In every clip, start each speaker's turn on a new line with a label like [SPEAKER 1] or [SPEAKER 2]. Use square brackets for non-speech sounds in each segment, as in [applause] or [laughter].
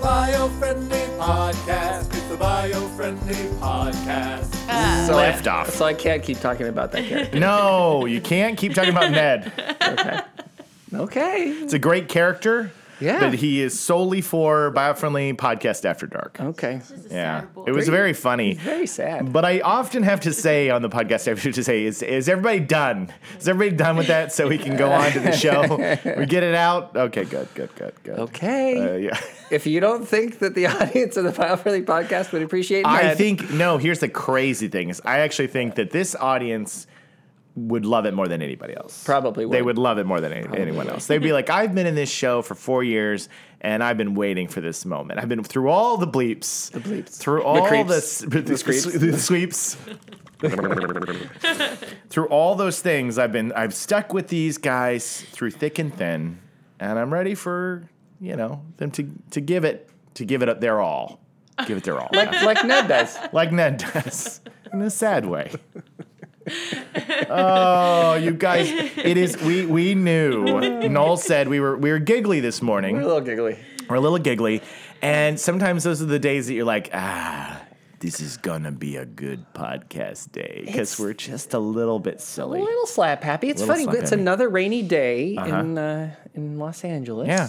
[SPEAKER 1] bio-friendly podcast. It's the bio-friendly podcast.
[SPEAKER 2] So
[SPEAKER 3] Left
[SPEAKER 2] I,
[SPEAKER 3] off.
[SPEAKER 2] So I can't keep talking about that character.
[SPEAKER 3] No, Oh, you can't keep talking about Ned.
[SPEAKER 2] [laughs] okay.
[SPEAKER 3] It's a great character.
[SPEAKER 2] Yeah.
[SPEAKER 3] But he is solely for biofriendly podcast after dark.
[SPEAKER 2] Okay.
[SPEAKER 3] yeah.
[SPEAKER 4] Sad boy.
[SPEAKER 3] It was
[SPEAKER 2] [laughs]
[SPEAKER 3] very funny.
[SPEAKER 2] Very sad.
[SPEAKER 3] But I often have to say on the podcast, I have to say, is, is everybody done? Is everybody done with that so we can go on to the show?
[SPEAKER 2] [laughs]
[SPEAKER 3] we get it out? Okay, good, good, good, good.
[SPEAKER 2] Okay.
[SPEAKER 3] Uh, yeah.
[SPEAKER 2] if you don't think that the [laughs] audience of the File Friendly podcast would appreciate
[SPEAKER 3] I
[SPEAKER 2] Ned-
[SPEAKER 3] think, no, here's the crazy thing is I actually think that this audience would love it more than anybody else.
[SPEAKER 2] Probably
[SPEAKER 3] They
[SPEAKER 2] would.
[SPEAKER 3] would love it more than any, anyone else. They'd be like, I've been in this show for four years and I've been waiting for this moment. I've been through all the bleeps, the
[SPEAKER 2] bleeps.
[SPEAKER 3] through all the,
[SPEAKER 2] creeps.
[SPEAKER 3] s- the,
[SPEAKER 2] creeps.
[SPEAKER 3] s-
[SPEAKER 2] [laughs]
[SPEAKER 3] the sweeps. through all those things, I've been I've stuck with these guys through thick and thin, and I'm ready for you know them to to give it to give it up their all, give it
[SPEAKER 2] [laughs]
[SPEAKER 3] their all, like,
[SPEAKER 2] like Ned does.
[SPEAKER 3] like Ned does in a sad way. oh, you guys! It is we we knew. Noel said we were we were giggly this morning.
[SPEAKER 2] We're a little giggly.
[SPEAKER 3] We're a little giggly. And sometimes those are the days that you're like, ah, this is going to be a good podcast day because we're just a little bit
[SPEAKER 2] A
[SPEAKER 3] silly.
[SPEAKER 2] little slap happy. It's
[SPEAKER 3] Little
[SPEAKER 2] funny.
[SPEAKER 3] slap
[SPEAKER 2] It's
[SPEAKER 3] happy.
[SPEAKER 2] another rainy day in uh, in Los Angeles.
[SPEAKER 3] Yeah.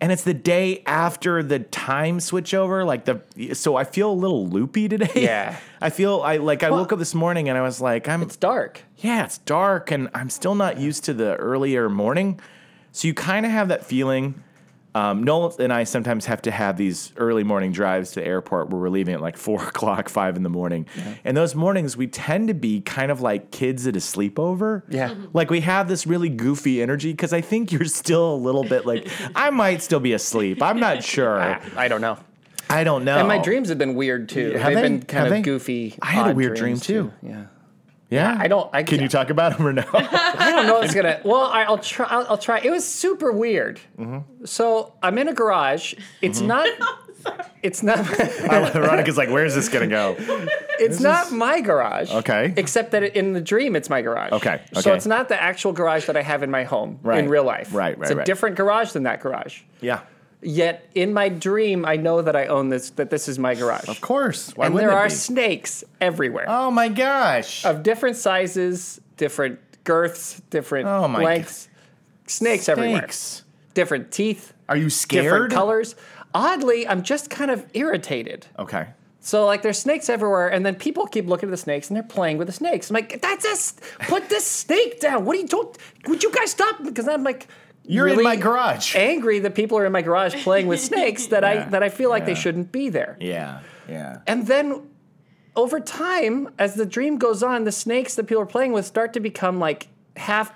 [SPEAKER 3] And it's the day after the time switchover, like the so I feel a little loopy today.
[SPEAKER 2] Yeah.
[SPEAKER 3] [laughs] I feel I like I woke up this morning and I was like, I'm
[SPEAKER 2] It's dark.
[SPEAKER 3] yeah, it's dark and I'm still not used to the earlier morning. So you kind of have that feeling. Um, Noel and I sometimes have to have these early morning drives to the airport where we're leaving at like four [laughs] o'clock, five in the morning. And those mornings, we tend to be kind of like kids at a sleepover.
[SPEAKER 2] Yeah. Mhm.
[SPEAKER 3] Like we have this really goofy energy because I think you're still a little bit like, I might still be asleep. I'm
[SPEAKER 2] [laughs]
[SPEAKER 3] not sure.
[SPEAKER 2] I don't know.
[SPEAKER 3] I don't know.
[SPEAKER 2] And my dreams have been weird too.
[SPEAKER 3] have
[SPEAKER 2] They've
[SPEAKER 3] they?
[SPEAKER 2] been kind
[SPEAKER 3] Have
[SPEAKER 2] of
[SPEAKER 3] they?
[SPEAKER 2] goofy.
[SPEAKER 3] I had a
[SPEAKER 2] odd
[SPEAKER 3] weird dream,
[SPEAKER 2] dreams, Yeah.
[SPEAKER 3] Yeah.
[SPEAKER 2] I don't- I-
[SPEAKER 3] Can you talk about them or no? [laughs]
[SPEAKER 2] I don't know. if It's gonna. Well, I, I'll try. I'll, I'll try. It was super weird.
[SPEAKER 3] Mm-hmm.
[SPEAKER 2] So I'm in a garage. It's
[SPEAKER 3] [laughs]
[SPEAKER 2] not. It's not.
[SPEAKER 3] Veronica's like, where's this going to
[SPEAKER 2] [laughs]
[SPEAKER 3] go?
[SPEAKER 2] It's not my garage.
[SPEAKER 3] Okay.
[SPEAKER 2] Except that in the dream, it's my garage.
[SPEAKER 3] Okay,
[SPEAKER 2] So
[SPEAKER 3] okay.
[SPEAKER 2] it's not the actual garage that I have in my home
[SPEAKER 3] Right,
[SPEAKER 2] in real life.
[SPEAKER 3] right, right,
[SPEAKER 2] It's a
[SPEAKER 3] right.
[SPEAKER 2] different garage than that garage.
[SPEAKER 3] Yeah.
[SPEAKER 2] Yet in my dream, I know that I own this. That this is my garage.
[SPEAKER 3] Of course. Why
[SPEAKER 2] And
[SPEAKER 3] wouldn't
[SPEAKER 2] there
[SPEAKER 3] it
[SPEAKER 2] are
[SPEAKER 3] be?
[SPEAKER 2] snakes everywhere
[SPEAKER 3] Oh my gosh.
[SPEAKER 2] of different sizes, different girths, different
[SPEAKER 3] Oh my
[SPEAKER 2] lengths. Snakes everywhere.
[SPEAKER 3] Snakes.
[SPEAKER 2] Different teeth.
[SPEAKER 3] Are you scared?
[SPEAKER 2] different colors. Oddly, I'm just kind of irritated.
[SPEAKER 3] Okay.
[SPEAKER 2] So like there's snakes everywhere, and then people keep looking at the snakes and they're playing with the snakes. I'm like, that's a s- put this snake down. What do you don't? Would you guys stop? Because I'm like,
[SPEAKER 3] You're in
[SPEAKER 2] really
[SPEAKER 3] my garage.
[SPEAKER 2] Angry that people are in my garage playing
[SPEAKER 3] [laughs]
[SPEAKER 2] with snakes that I
[SPEAKER 3] Yeah,
[SPEAKER 2] that I feel like they
[SPEAKER 3] yeah.
[SPEAKER 2] shouldn't be there.
[SPEAKER 3] yeah. Yeah.
[SPEAKER 2] And then over time, as the dream goes on, the snakes that people are playing with start to become like half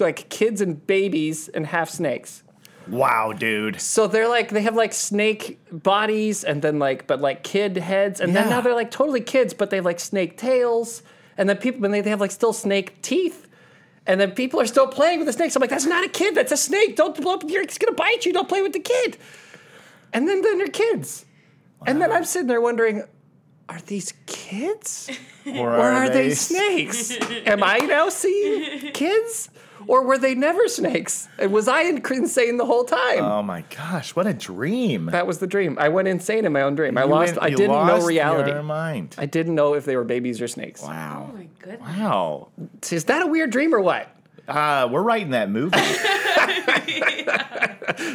[SPEAKER 2] like kids and babies and half snakes.
[SPEAKER 3] Wow, dude.
[SPEAKER 2] So they're like they have like snake bodies and then like but like kid heads and then
[SPEAKER 3] Yeah.
[SPEAKER 2] now they're like totally kids but they have like snake tails and then people and they, they have like still snake teeth and then people are still playing with the snakes. I'm like that's not a kid, that's a snake. Don't blow up, you're it's gonna bite you. Don't play with the kid. And then then they're kids, and then I'm sitting there wondering. Are these kids
[SPEAKER 3] Or
[SPEAKER 2] or are they [laughs] snakes? Am I now seeing kids? Or were they never snakes? And was I inc- insane the whole time?
[SPEAKER 3] Oh my gosh, what a dream.
[SPEAKER 2] That was the dream. I went insane in my own dream. I
[SPEAKER 3] You
[SPEAKER 2] lost.
[SPEAKER 3] went-
[SPEAKER 2] I
[SPEAKER 3] you
[SPEAKER 2] didn't
[SPEAKER 3] lost
[SPEAKER 2] know reality.
[SPEAKER 3] Your mind.
[SPEAKER 2] I didn't know if they were babies or snakes.
[SPEAKER 4] Oh
[SPEAKER 3] Wow.
[SPEAKER 4] my goodness.
[SPEAKER 3] Wow.
[SPEAKER 2] Is that a weird dream or what?
[SPEAKER 3] Uh, we're writing that movie.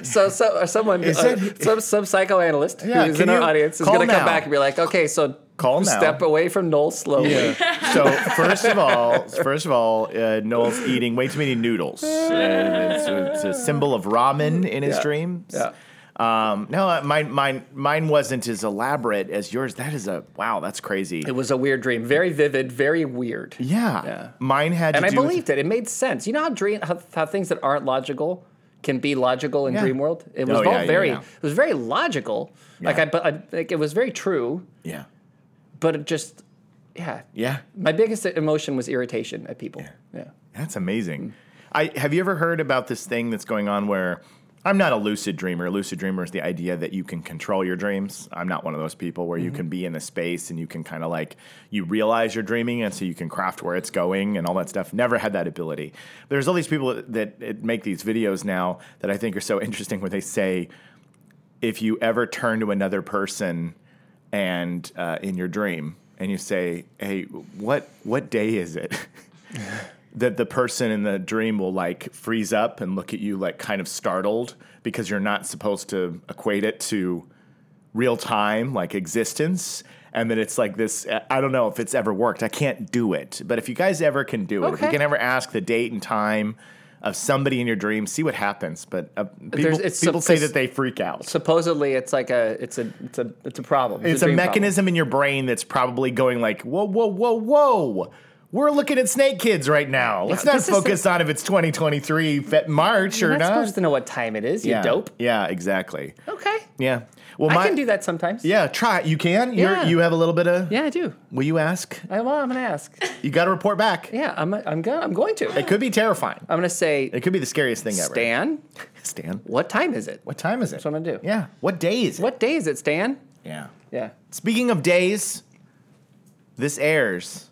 [SPEAKER 2] So, so or someone,
[SPEAKER 3] Is
[SPEAKER 2] uh,
[SPEAKER 3] that-
[SPEAKER 2] some some psychoanalyst
[SPEAKER 3] Yeah,
[SPEAKER 2] who's
[SPEAKER 3] can
[SPEAKER 2] in our
[SPEAKER 3] you-
[SPEAKER 2] audience is
[SPEAKER 3] call
[SPEAKER 2] going to
[SPEAKER 3] now.
[SPEAKER 2] come back and be like, "Okay, so
[SPEAKER 3] Call now.
[SPEAKER 2] step away from Noel slowly."
[SPEAKER 3] [laughs] so first of all, first of all, uh, Noel's eating way too many noodles. Uh, it's, a- it's a symbol of ramen in his
[SPEAKER 2] Yeah.
[SPEAKER 3] dreams.
[SPEAKER 2] Yeah.
[SPEAKER 3] Um, no, uh, mine, mine, mine wasn't as elaborate as yours. That is a wow. That's crazy.
[SPEAKER 2] It was a weird dream, very vivid, very weird.
[SPEAKER 3] yeah.
[SPEAKER 2] Yeah.
[SPEAKER 3] Mine had
[SPEAKER 2] And
[SPEAKER 3] to
[SPEAKER 2] I
[SPEAKER 3] do with-
[SPEAKER 2] believed it. It made sense. You know how dream how, how things that aren't logical can be logical in
[SPEAKER 3] Yeah.
[SPEAKER 2] dream world. It was
[SPEAKER 3] Oh,
[SPEAKER 2] all
[SPEAKER 3] yeah, yeah,
[SPEAKER 2] very
[SPEAKER 3] yeah.
[SPEAKER 2] it was very logical. Like
[SPEAKER 3] Yeah.
[SPEAKER 2] I, but I like it was very true,
[SPEAKER 3] Yeah.
[SPEAKER 2] but it just yeah
[SPEAKER 3] Yeah.
[SPEAKER 2] My biggest emotion was irritation at people. Yeah.
[SPEAKER 3] That's amazing. I have you ever heard about this thing that's going on where I'm not a lucid dreamer. Lucid dreamer is the idea that you can control your dreams. I'm not one of those people where you can be in a space and you can kind of like you realize you're dreaming and so you can craft where it's going and all that stuff. Never had that ability. There's all these people that, that make these videos now that I think are so interesting where they say if you ever turn to another person and uh, in your dream and you say, "Hey, what what day is it?" [laughs] that the person in the dream will like freeze up and look at you like kind of startled because you're not supposed to equate it to real time like existence and then it's like this uh, I- i don't know if it's ever worked i can't do it but if you guys ever can do it if you
[SPEAKER 2] Okay.
[SPEAKER 3] can ever ask the date and time of somebody in your dream see what happens but uh, people,
[SPEAKER 2] There's- it's
[SPEAKER 3] people
[SPEAKER 2] sup-
[SPEAKER 3] say
[SPEAKER 2] 'cause-
[SPEAKER 3] that they freak out
[SPEAKER 2] Supposedly, it's like a it's a it's a it's a problem.
[SPEAKER 3] it's a
[SPEAKER 2] dream problem.
[SPEAKER 3] mechanism in your brain that's probably going like whoa whoa whoa whoa we're looking at snake kids right now let's
[SPEAKER 2] Yeah,
[SPEAKER 3] not
[SPEAKER 2] this is the-
[SPEAKER 3] focus on if it's 2023 fe- march
[SPEAKER 2] You're
[SPEAKER 3] or
[SPEAKER 2] not
[SPEAKER 3] not
[SPEAKER 2] supposed to know what time it is. You
[SPEAKER 3] yeah.
[SPEAKER 2] dope.
[SPEAKER 3] yeah exactly
[SPEAKER 2] Okay.
[SPEAKER 3] yeah well
[SPEAKER 2] I can do that sometimes.
[SPEAKER 3] yeah try it. you can
[SPEAKER 2] Yeah.
[SPEAKER 3] You're, you have a little bit of
[SPEAKER 2] Yeah, I do.
[SPEAKER 3] will you ask
[SPEAKER 2] I, well, I'm gonna ask.
[SPEAKER 3] You got to report back.
[SPEAKER 2] Yeah, I'm I'm gonna I'm going to.
[SPEAKER 3] It could be terrifying.
[SPEAKER 2] I'm gonna say,
[SPEAKER 3] It could be the scariest thing ever.
[SPEAKER 2] Stan,
[SPEAKER 3] Stan.
[SPEAKER 2] what time is it?
[SPEAKER 3] What time is it? That's
[SPEAKER 2] what I'm gonna do.
[SPEAKER 3] Yeah. What day is it?
[SPEAKER 2] What day is it, Stan?
[SPEAKER 3] Yeah.
[SPEAKER 2] Yeah.
[SPEAKER 3] Speaking of days, this airs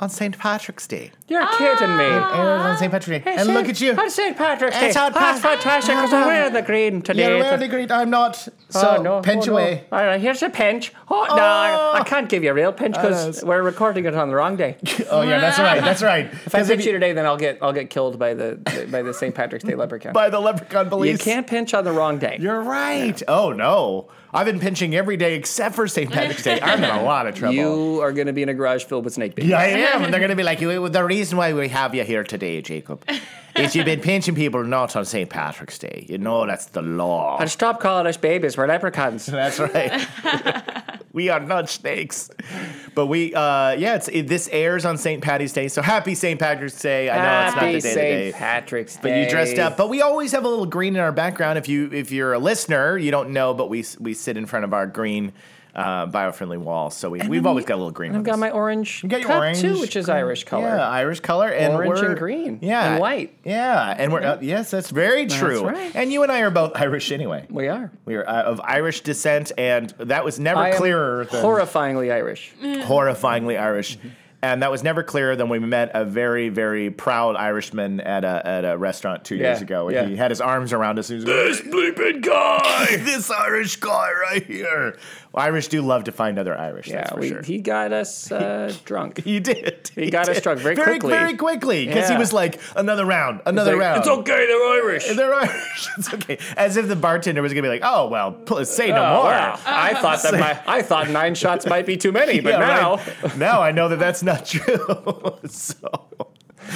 [SPEAKER 3] on St. Patrick's Day.
[SPEAKER 2] You're kidding me.
[SPEAKER 3] It airs
[SPEAKER 2] Ah,
[SPEAKER 3] on St. Patrick's Day. and look at you.
[SPEAKER 2] On St. Patrick's Day.
[SPEAKER 3] It's on
[SPEAKER 2] That's
[SPEAKER 3] Pat-
[SPEAKER 2] fantastic because I'm wearing the green today.
[SPEAKER 3] You're wearing a great. I'm not. So
[SPEAKER 2] Oh, no.
[SPEAKER 3] pinch
[SPEAKER 2] Oh, no.
[SPEAKER 3] away.
[SPEAKER 2] All right, here's a pinch. Oh, no, I can't give you a real pinch because
[SPEAKER 3] Ah, that's-
[SPEAKER 2] we're recording it on the wrong
[SPEAKER 3] [laughs]
[SPEAKER 2] day. If
[SPEAKER 3] Oh yeah, that's right. That's right.
[SPEAKER 2] I
[SPEAKER 3] 'Cause if
[SPEAKER 2] pinch
[SPEAKER 3] you-
[SPEAKER 2] you today, then I'll get I'll get killed by the by the St. Patrick's
[SPEAKER 3] [laughs]
[SPEAKER 2] Day leprechaun.
[SPEAKER 3] by the leprechaun police.
[SPEAKER 2] you can't pinch on the wrong day.
[SPEAKER 3] You're right. Oh no, I've been pinching every day except for St. Patrick's Day. I'm in a
[SPEAKER 2] [laughs]
[SPEAKER 3] lot of trouble.
[SPEAKER 2] You are going to be in a garage filled with snake bees.
[SPEAKER 3] Yeah, I am. And they're going to
[SPEAKER 2] [laughs]
[SPEAKER 3] be like, "You- the reason why we have you here today, Jacob, is you've been pinching people not on St. Patrick's Day. You know, that's the law.
[SPEAKER 2] And stop calling us babies. We're
[SPEAKER 3] [laughs]
[SPEAKER 2] leprechauns.
[SPEAKER 3] That's right.
[SPEAKER 2] [laughs]
[SPEAKER 3] we are not snakes. But we, uh, yeah, it's, it, this airs on St. Patty's Day. So happy St. Patrick's Day. I know
[SPEAKER 2] Happy
[SPEAKER 3] it's not the day
[SPEAKER 2] St.
[SPEAKER 3] today.
[SPEAKER 2] Patrick's Day.
[SPEAKER 3] But you dressed up. But we always have a little green in our background. If you if you're a listener, you don't know, but we s- we sit in front of our green uh, biofriendly wall. So we, we've always got a little green.
[SPEAKER 2] I've
[SPEAKER 3] with
[SPEAKER 2] got
[SPEAKER 3] us.
[SPEAKER 2] my orange
[SPEAKER 3] You got your
[SPEAKER 2] cup
[SPEAKER 3] orange
[SPEAKER 2] too, which is Irish color.
[SPEAKER 3] Yeah, Irish color and
[SPEAKER 2] Orange
[SPEAKER 3] we're-
[SPEAKER 2] and green
[SPEAKER 3] Yeah,
[SPEAKER 2] and white.
[SPEAKER 3] Yeah, and we're uh, yes, that's very true.
[SPEAKER 2] right.
[SPEAKER 3] And you and I are both Irish anyway.
[SPEAKER 2] We are.
[SPEAKER 3] We are uh, of Irish descent, and that was never
[SPEAKER 2] I am
[SPEAKER 3] clearer than
[SPEAKER 2] horrifyingly Irish.
[SPEAKER 3] horrifyingly
[SPEAKER 2] Mm-hmm.
[SPEAKER 3] Irish. And that was never clearer than we met a very, very proud Irishman at a at a restaurant two years
[SPEAKER 2] Yeah,
[SPEAKER 3] ago.
[SPEAKER 2] yeah.
[SPEAKER 3] He had his arms around us. And he was like, this bleeping guy, [laughs] this Irish guy right here. Well, Irish do love to find other Irish. that's
[SPEAKER 2] Yeah,
[SPEAKER 3] for
[SPEAKER 2] we,
[SPEAKER 3] sure.
[SPEAKER 2] he got us uh, drunk.
[SPEAKER 3] [laughs] He did. He,
[SPEAKER 2] got us
[SPEAKER 3] did.
[SPEAKER 2] drunk very quickly.
[SPEAKER 3] Very quickly. Because he
[SPEAKER 2] Yeah.
[SPEAKER 3] was like, another round, [laughs] another
[SPEAKER 2] Like,
[SPEAKER 3] round.
[SPEAKER 2] It's okay, they're Irish.
[SPEAKER 3] [laughs] They're Irish. It's okay. As if the bartender was going to be like, oh, well, pl- say no
[SPEAKER 2] Oh,
[SPEAKER 3] more.
[SPEAKER 2] wow. [laughs] I thought that my, I thought nine shots might be too many, but
[SPEAKER 3] [laughs] Yeah,
[SPEAKER 2] now
[SPEAKER 3] right. now I know that that's not [laughs] true. so,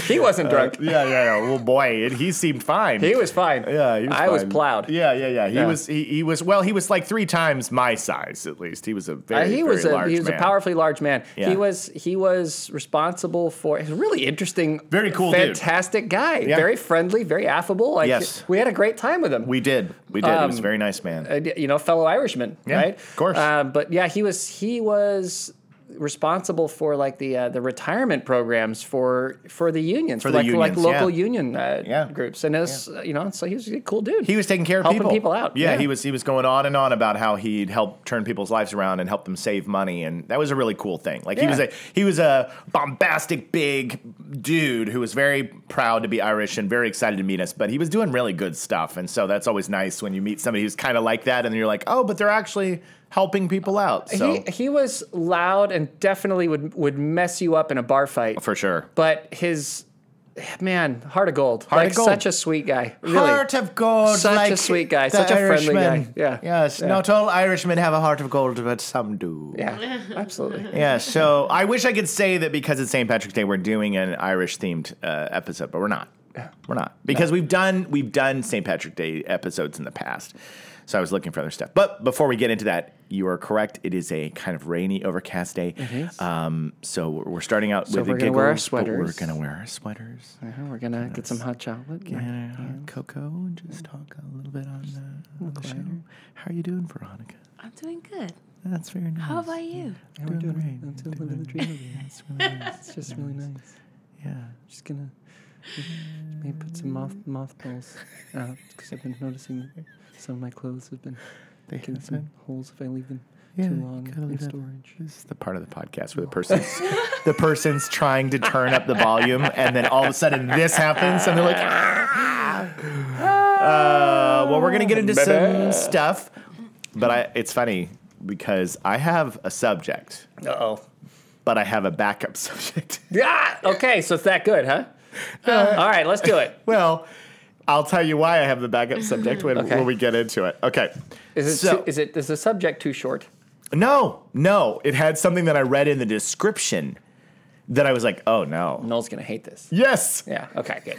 [SPEAKER 2] he
[SPEAKER 3] Uh,
[SPEAKER 2] wasn't drunk.
[SPEAKER 3] yeah, yeah, yeah. Well, boy, it, he seemed fine.
[SPEAKER 2] He was fine.
[SPEAKER 3] yeah, he was
[SPEAKER 2] I was
[SPEAKER 3] fine.
[SPEAKER 2] plowed.
[SPEAKER 3] Yeah, yeah, yeah. He
[SPEAKER 2] Yeah.
[SPEAKER 3] was, he, he was, well, he was like three times my size at least. He was a very,
[SPEAKER 2] Uh, he
[SPEAKER 3] very
[SPEAKER 2] was a
[SPEAKER 3] large
[SPEAKER 2] he was a
[SPEAKER 3] man.
[SPEAKER 2] powerfully large man.
[SPEAKER 3] Yeah.
[SPEAKER 2] He was he was responsible for he's a really interesting,
[SPEAKER 3] Very cool dude.
[SPEAKER 2] fantastic guy. Very friendly, very affable. Like
[SPEAKER 3] Yes.
[SPEAKER 2] we had a great time with him.
[SPEAKER 3] We did, we did. he
[SPEAKER 2] Um,
[SPEAKER 3] was a very nice man.
[SPEAKER 2] and, you know, fellow Irishman,
[SPEAKER 3] Yeah,
[SPEAKER 2] right?
[SPEAKER 3] of course.
[SPEAKER 2] Uh, but yeah, he was he was responsible for like the uh, the retirement programs for for the unions, for
[SPEAKER 3] the
[SPEAKER 2] like like
[SPEAKER 3] unions,
[SPEAKER 2] local
[SPEAKER 3] yeah.
[SPEAKER 2] union uh,
[SPEAKER 3] Yeah.
[SPEAKER 2] groups, and it's you know, so he was a cool dude.
[SPEAKER 3] he was taking care of
[SPEAKER 2] Helping
[SPEAKER 3] people.
[SPEAKER 2] people out,
[SPEAKER 3] Yeah,
[SPEAKER 2] yeah.
[SPEAKER 3] he was he was going on and on about how he'd help turn people's lives around and help them save money, and that was a really cool thing. Like he
[SPEAKER 2] Yeah.
[SPEAKER 3] was a he was a bombastic big dude who was very proud to be Irish and very excited to meet us. But he was doing really good stuff, and so that's always nice when you meet somebody who's kind of like that, and you're like, oh, but they're actually helping people out. So
[SPEAKER 2] he, he was loud and definitely would would mess you up in a bar fight
[SPEAKER 3] for sure,
[SPEAKER 2] But his man, heart of gold,
[SPEAKER 3] Heart of
[SPEAKER 2] like
[SPEAKER 3] gold.
[SPEAKER 2] such a sweet guy, really.
[SPEAKER 3] heart of gold,
[SPEAKER 2] Such a
[SPEAKER 3] like
[SPEAKER 2] sweet guy,
[SPEAKER 3] the
[SPEAKER 2] such a friendly
[SPEAKER 3] Irishman.
[SPEAKER 2] guy. Yeah.
[SPEAKER 3] Yes,
[SPEAKER 2] Yeah.
[SPEAKER 3] not all Irishmen have a heart of gold, but some do.
[SPEAKER 2] yeah,
[SPEAKER 3] [laughs]
[SPEAKER 2] absolutely.
[SPEAKER 3] Yeah, so I wish I could say that because it's St. Patrick's Day, we're doing an Irish themed uh, episode, but we're not. We're not because we've done we've done St. Patrick's Day episodes in the past. So I was looking for other stuff. But before we get into that, you are correct. It is a kind of rainy, overcast day. Um, so we're we're starting out with
[SPEAKER 2] we're
[SPEAKER 3] a
[SPEAKER 2] gonna wear our
[SPEAKER 3] giggles, but We're
[SPEAKER 2] sweaters.
[SPEAKER 3] gonna wear our sweaters.
[SPEAKER 2] Yeah, We're gonna get some hot chocolate.
[SPEAKER 3] Yeah, Coco, and just talk a little bit on the, on the show. How are you doing, Veronica?
[SPEAKER 4] I'm doing good.
[SPEAKER 3] That's very nice.
[SPEAKER 4] How about you?
[SPEAKER 2] Yeah, we're doing great. I'm still living the dream
[SPEAKER 3] [laughs]
[SPEAKER 2] again. It's, really nice. [laughs] It's just really nice.
[SPEAKER 3] Yeah. Uh,
[SPEAKER 2] Just gonna maybe put some moth
[SPEAKER 3] [laughs]
[SPEAKER 2] mothballs out because I've been noticing that some of my clothes have been
[SPEAKER 3] They
[SPEAKER 2] getting
[SPEAKER 3] have
[SPEAKER 2] some
[SPEAKER 3] been.
[SPEAKER 2] holes if I leave them
[SPEAKER 3] Yeah,
[SPEAKER 2] too
[SPEAKER 3] you
[SPEAKER 2] long
[SPEAKER 3] gotta
[SPEAKER 2] in
[SPEAKER 3] leave that-
[SPEAKER 2] storage.
[SPEAKER 3] This is the part of the podcast where the person's the person's trying to turn up the volume, and then all of a sudden this happens, and they're like, "Ah." uh, "Well, we're gonna get into some stuff. But I, it's funny because I have a subject,
[SPEAKER 2] Uh oh.
[SPEAKER 3] but I have a backup [laughs] subject.
[SPEAKER 2] Yeah. Okay. So it's that good, huh?
[SPEAKER 3] Uh,
[SPEAKER 2] Uh, All right. Let's do it.
[SPEAKER 3] [laughs] well, I'll tell you why I have the backup subject when,
[SPEAKER 2] Okay.
[SPEAKER 3] when we get into it. Okay.
[SPEAKER 2] Is it?
[SPEAKER 3] So-
[SPEAKER 2] too, is it? Is the subject too short?
[SPEAKER 3] No, no. It had something that I read in the description that I was like, oh no.
[SPEAKER 2] Noel's gonna hate this.
[SPEAKER 3] Yes.
[SPEAKER 2] Yeah. Okay.
[SPEAKER 3] [laughs]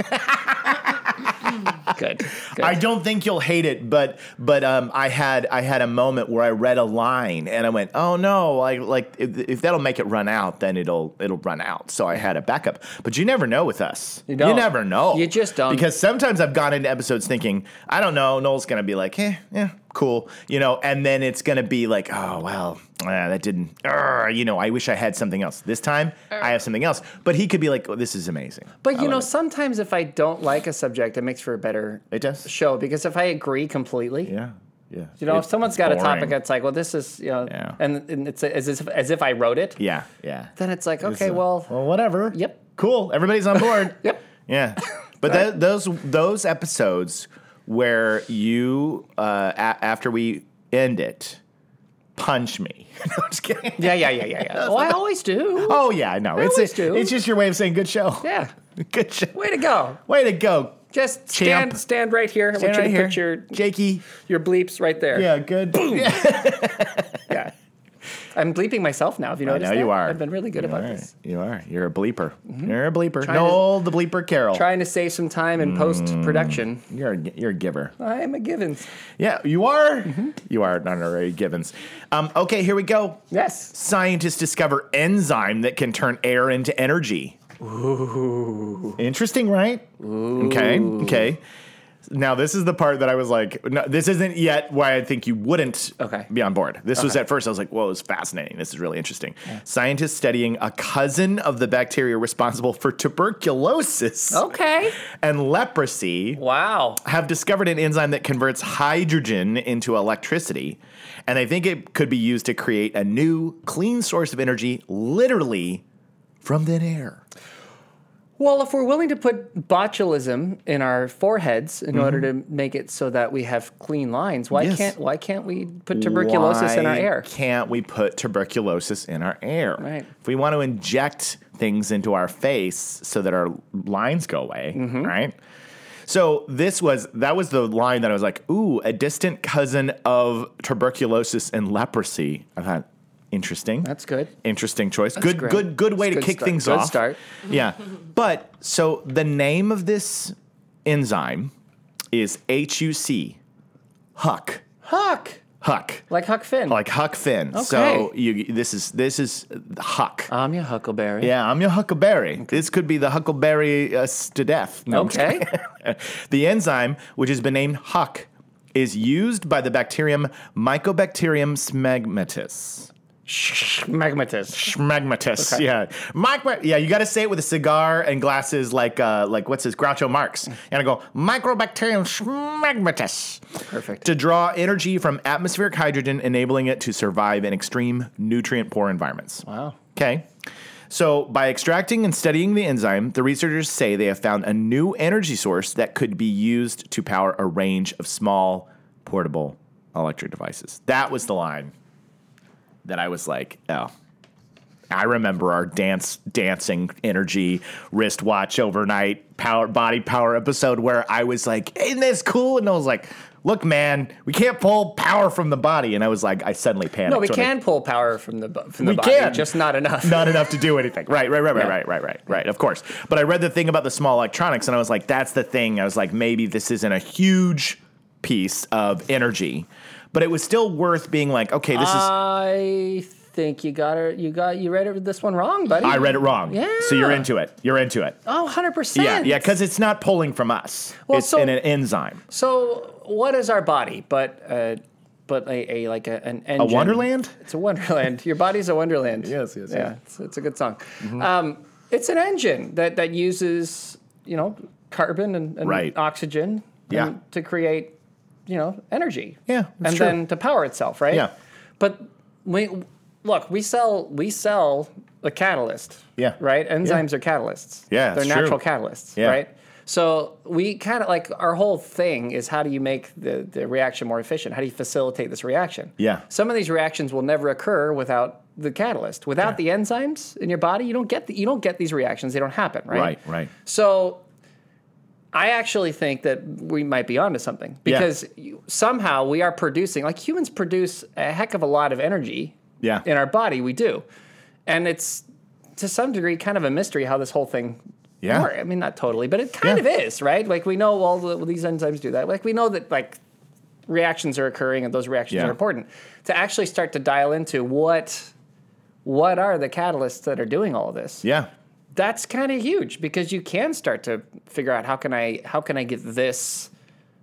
[SPEAKER 2] Good. good. Good.
[SPEAKER 3] I don't think you'll hate it, but but um, I had I had a moment where I read a line and I went, oh no, like like if, if that'll make it run out, then it'll it'll run out. So I had a backup, but you never know with us. You,
[SPEAKER 2] don't.
[SPEAKER 3] never know.
[SPEAKER 2] You just don't.
[SPEAKER 3] because sometimes I've gone into episodes thinking I don't know. Noel's gonna be like, eh, yeah, cool, you know, and then it's gonna be like, oh well, uh, that didn't, uh, you know, I wish I had something else. This time I have something else, but he could be like, oh, this is amazing.
[SPEAKER 2] But you know, sometimes if I don't like a subject, it makes for a better
[SPEAKER 3] It does.
[SPEAKER 2] show because if I agree completely,
[SPEAKER 3] Yeah, yeah.
[SPEAKER 2] you know, if someone's got a topic that's
[SPEAKER 3] that's
[SPEAKER 2] like, well, this is, you know,
[SPEAKER 3] Yeah.
[SPEAKER 2] and, and it's as if, as if I wrote it,
[SPEAKER 3] yeah, yeah.
[SPEAKER 2] then it's like, okay, well,
[SPEAKER 3] well, whatever.
[SPEAKER 2] Yep.
[SPEAKER 3] Cool. Everybody's on board.
[SPEAKER 2] [laughs] yep.
[SPEAKER 3] Yeah. But tho- those those episodes where you uh, a- after we end it, punch me. [laughs] no, I'm just kidding.
[SPEAKER 2] Yeah, yeah, yeah, yeah, yeah.
[SPEAKER 3] [laughs]
[SPEAKER 2] well, I always do.
[SPEAKER 3] Oh yeah, no. It's
[SPEAKER 2] always do.
[SPEAKER 3] it's just your way of saying good show.
[SPEAKER 2] Yeah.
[SPEAKER 3] [laughs] Good show.
[SPEAKER 2] Way to go.
[SPEAKER 3] Way to go.
[SPEAKER 2] Just stand
[SPEAKER 3] Champ.
[SPEAKER 2] stand right here. I want
[SPEAKER 3] Stand
[SPEAKER 2] you
[SPEAKER 3] right
[SPEAKER 2] to
[SPEAKER 3] here.
[SPEAKER 2] put your,
[SPEAKER 3] Jakey.
[SPEAKER 2] your bleeps right there.
[SPEAKER 3] Yeah, good. Yeah.
[SPEAKER 2] Yeah. I'm bleeping myself now. Have you
[SPEAKER 3] I
[SPEAKER 2] noticed?
[SPEAKER 3] know you
[SPEAKER 2] that?
[SPEAKER 3] are.
[SPEAKER 2] I've been really good
[SPEAKER 3] You
[SPEAKER 2] about
[SPEAKER 3] are.
[SPEAKER 2] this.
[SPEAKER 3] You are. You're a bleeper. You're a bleeper.
[SPEAKER 2] Mm-hmm. to-
[SPEAKER 3] No, the bleeper Carol.
[SPEAKER 2] Trying to save some time in post production.
[SPEAKER 3] You're a, you're a giver.
[SPEAKER 2] I am a Givens.
[SPEAKER 3] Yeah, you are.
[SPEAKER 2] Mm-hmm.
[SPEAKER 3] You are an honorary Givens. Um, okay, here we go.
[SPEAKER 2] Yes.
[SPEAKER 3] Scientists discover enzyme that can turn air into energy. Ooh. Interesting, right? Okay, okay. Now, this is the part that I was like, no, this isn't yet why I think you wouldn't
[SPEAKER 2] Okay.
[SPEAKER 3] be on board. This was at first, I was like, whoa, it's fascinating. This is really interesting. Scientists studying a cousin of the bacteria responsible for tuberculosis
[SPEAKER 2] Okay.
[SPEAKER 3] and leprosy
[SPEAKER 2] Oh. Wow.
[SPEAKER 3] have discovered an enzyme that converts hydrogen into electricity, and they think it could be used to create a new clean source of energy literally from thin air.
[SPEAKER 2] Well, if we're willing to put botulism in our foreheads in order to make it so that we have clean lines, why
[SPEAKER 3] Mm-hmm. Yes.
[SPEAKER 2] can't why can't we put tuberculosis in our
[SPEAKER 3] Why
[SPEAKER 2] air?
[SPEAKER 3] Can't we put tuberculosis in our air?
[SPEAKER 2] Right.
[SPEAKER 3] If we want to inject things into our face so that our lines go away,
[SPEAKER 2] Mm-hmm.
[SPEAKER 3] right? So this was that was the line that I was like, "Ooh, a distant cousin of tuberculosis and leprosy." I thought, interesting.
[SPEAKER 2] That's good.
[SPEAKER 3] interesting choice. good,
[SPEAKER 2] great.
[SPEAKER 3] good, good way
[SPEAKER 2] It's
[SPEAKER 3] to
[SPEAKER 2] good
[SPEAKER 3] kick
[SPEAKER 2] start-
[SPEAKER 3] things
[SPEAKER 2] good
[SPEAKER 3] off.
[SPEAKER 2] start.
[SPEAKER 3] [laughs] Yeah, but so the name of this enzyme is HUC, Huck,
[SPEAKER 2] Huck,
[SPEAKER 3] Huck,
[SPEAKER 2] like Huck Finn.
[SPEAKER 3] like Huck Finn. So
[SPEAKER 2] Okay.
[SPEAKER 3] you, this is this is Huck.
[SPEAKER 2] I'm your Huckleberry.
[SPEAKER 3] yeah, I'm your Huckleberry. This could be the Huckleberry uh, to death. No, I'm
[SPEAKER 2] Okay. [laughs]
[SPEAKER 3] the enzyme, which has been named Huck, is used by the bacterium Mycobacterium smegmatis.
[SPEAKER 2] Magmatis.
[SPEAKER 3] Schmegmatis. Yeah. Micro, yeah, you got to say it with a cigar and glasses like uh, like what's his Groucho Marx. And I go Microbacterium schmegmatis.
[SPEAKER 2] Perfect.
[SPEAKER 3] To draw energy from atmospheric hydrogen enabling it to survive in extreme nutrient poor environments.
[SPEAKER 2] Wow.
[SPEAKER 3] Okay. So, by extracting and studying the enzyme, the researchers say they have found a new energy source that could be used to power a range of small portable electric devices. That was the line that I was like, oh. I remember our dance, dancing energy wristwatch overnight power body power episode where I was like, "Isn't this cool?" And I was like, "Look, man, we can't pull power from the body." And I was like, I suddenly panicked.
[SPEAKER 2] No, we
[SPEAKER 3] when I-
[SPEAKER 2] can pull power from the bu- from the
[SPEAKER 3] We
[SPEAKER 2] body,
[SPEAKER 3] can.
[SPEAKER 2] just not enough.
[SPEAKER 3] [laughs] not enough to do anything. Right, right, right, right,
[SPEAKER 2] Yeah.
[SPEAKER 3] right, right, right, right. Of course. But I read the thing about the small electronics, and I was like, that's the thing. I was like, maybe this isn't a huge piece of energy, but it was still worth being like, okay, this
[SPEAKER 2] Uh,
[SPEAKER 3] is.
[SPEAKER 2] I think you got it. You got you read it, this one wrong, buddy.
[SPEAKER 3] I read it wrong.
[SPEAKER 2] Yeah.
[SPEAKER 3] So you're into it. You're into it.
[SPEAKER 2] Oh, 100 percent.
[SPEAKER 3] Yeah, yeah, because it's not pulling from us.
[SPEAKER 2] Well,
[SPEAKER 3] it's
[SPEAKER 2] so-
[SPEAKER 3] in an enzyme.
[SPEAKER 2] So, what is our body? But uh, but a, a like a, an engine.
[SPEAKER 3] A wonderland?
[SPEAKER 2] It's a wonderland. Your body's a wonderland.
[SPEAKER 3] Yes, yes, Mm-hmm.
[SPEAKER 2] Yeah,
[SPEAKER 3] yes.
[SPEAKER 2] It's, it's a good song. Um, it's an engine that that uses you know carbon and, and
[SPEAKER 3] Right.
[SPEAKER 2] oxygen.
[SPEAKER 3] Yeah.
[SPEAKER 2] and- to create you know energy.
[SPEAKER 3] Yeah, that's
[SPEAKER 2] and
[SPEAKER 3] true.
[SPEAKER 2] then to power itself, right?
[SPEAKER 3] Yeah.
[SPEAKER 2] But we look. We sell we sell a catalyst.
[SPEAKER 3] Yeah.
[SPEAKER 2] Right. Enzymes are catalysts.
[SPEAKER 3] Yeah,
[SPEAKER 2] They're
[SPEAKER 3] it's true.
[SPEAKER 2] natural catalysts.
[SPEAKER 3] Yeah.
[SPEAKER 2] Right. So we kind of like our whole thing is how do you make the, the reaction more efficient? How do you facilitate this reaction?
[SPEAKER 3] Yeah.
[SPEAKER 2] Some of these reactions will never occur without the catalyst. Without the enzymes in your body, you don't get the, you don't get these reactions. They don't happen, right?
[SPEAKER 3] Right, right.
[SPEAKER 2] So I actually think that we might be onto something because you, somehow we are producing, like humans produce a heck of a lot of energy
[SPEAKER 3] Yeah.
[SPEAKER 2] in our body. We do. And it's to some degree kind of a mystery how this whole thing
[SPEAKER 3] Yeah.
[SPEAKER 2] works. I mean, not totally, but it kind
[SPEAKER 3] Yeah.
[SPEAKER 2] of is, right? Like we know all the, well, these enzymes do that. Like we know that like reactions are occurring and those reactions
[SPEAKER 3] Yeah.
[SPEAKER 2] are important. To actually start to dial into what what are the catalysts that are doing all this?
[SPEAKER 3] Yeah.
[SPEAKER 2] that's kind of huge because you can start to figure out how can I how can I get this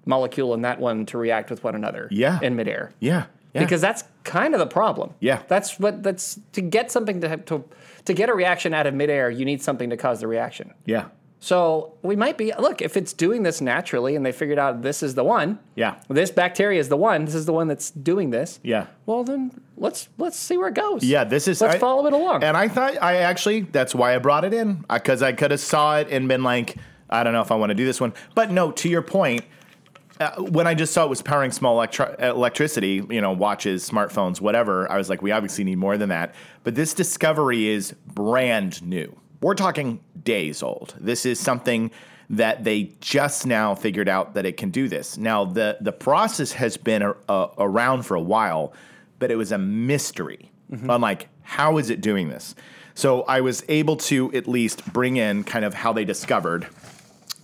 [SPEAKER 2] molecule and that one to react with one another
[SPEAKER 3] Yeah.
[SPEAKER 2] in midair
[SPEAKER 3] Yeah. Yeah.
[SPEAKER 2] because that's kind of the problem
[SPEAKER 3] Yeah.
[SPEAKER 2] that's what that's to get something to have to to get a reaction out of midair you need something to cause the reaction
[SPEAKER 3] yeah.
[SPEAKER 2] so we might be look if it's doing this naturally and they figured out this is the one
[SPEAKER 3] Yeah.
[SPEAKER 2] this bacteria is the one this is the one that's doing this
[SPEAKER 3] Yeah.
[SPEAKER 2] well then let's let's see where it goes
[SPEAKER 3] Yeah, this is.
[SPEAKER 2] let's
[SPEAKER 3] I-
[SPEAKER 2] follow it along
[SPEAKER 3] And I thought I actually that's why I brought it in because I, could have saw it and been like, I don't know if I want to do this one. But no, to your point, uh, when I just saw it was powering small electri- electricity, you know, watches, smartphones, whatever, I was like, we obviously need more than that. But this discovery is brand new. We're talking days old. This is something that they just now figured out that it can do this. Now the the process has been a, a, around for a while, but it was a mystery on like how is it doing this. So I was able to at least bring in kind of how they discovered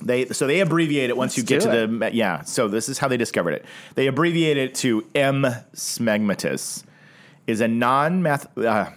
[SPEAKER 3] they so they abbreviate it once you get
[SPEAKER 2] do
[SPEAKER 3] to the yeah. So this is how they discovered it. They abbreviate it to M. smegmatis, is a non math uh,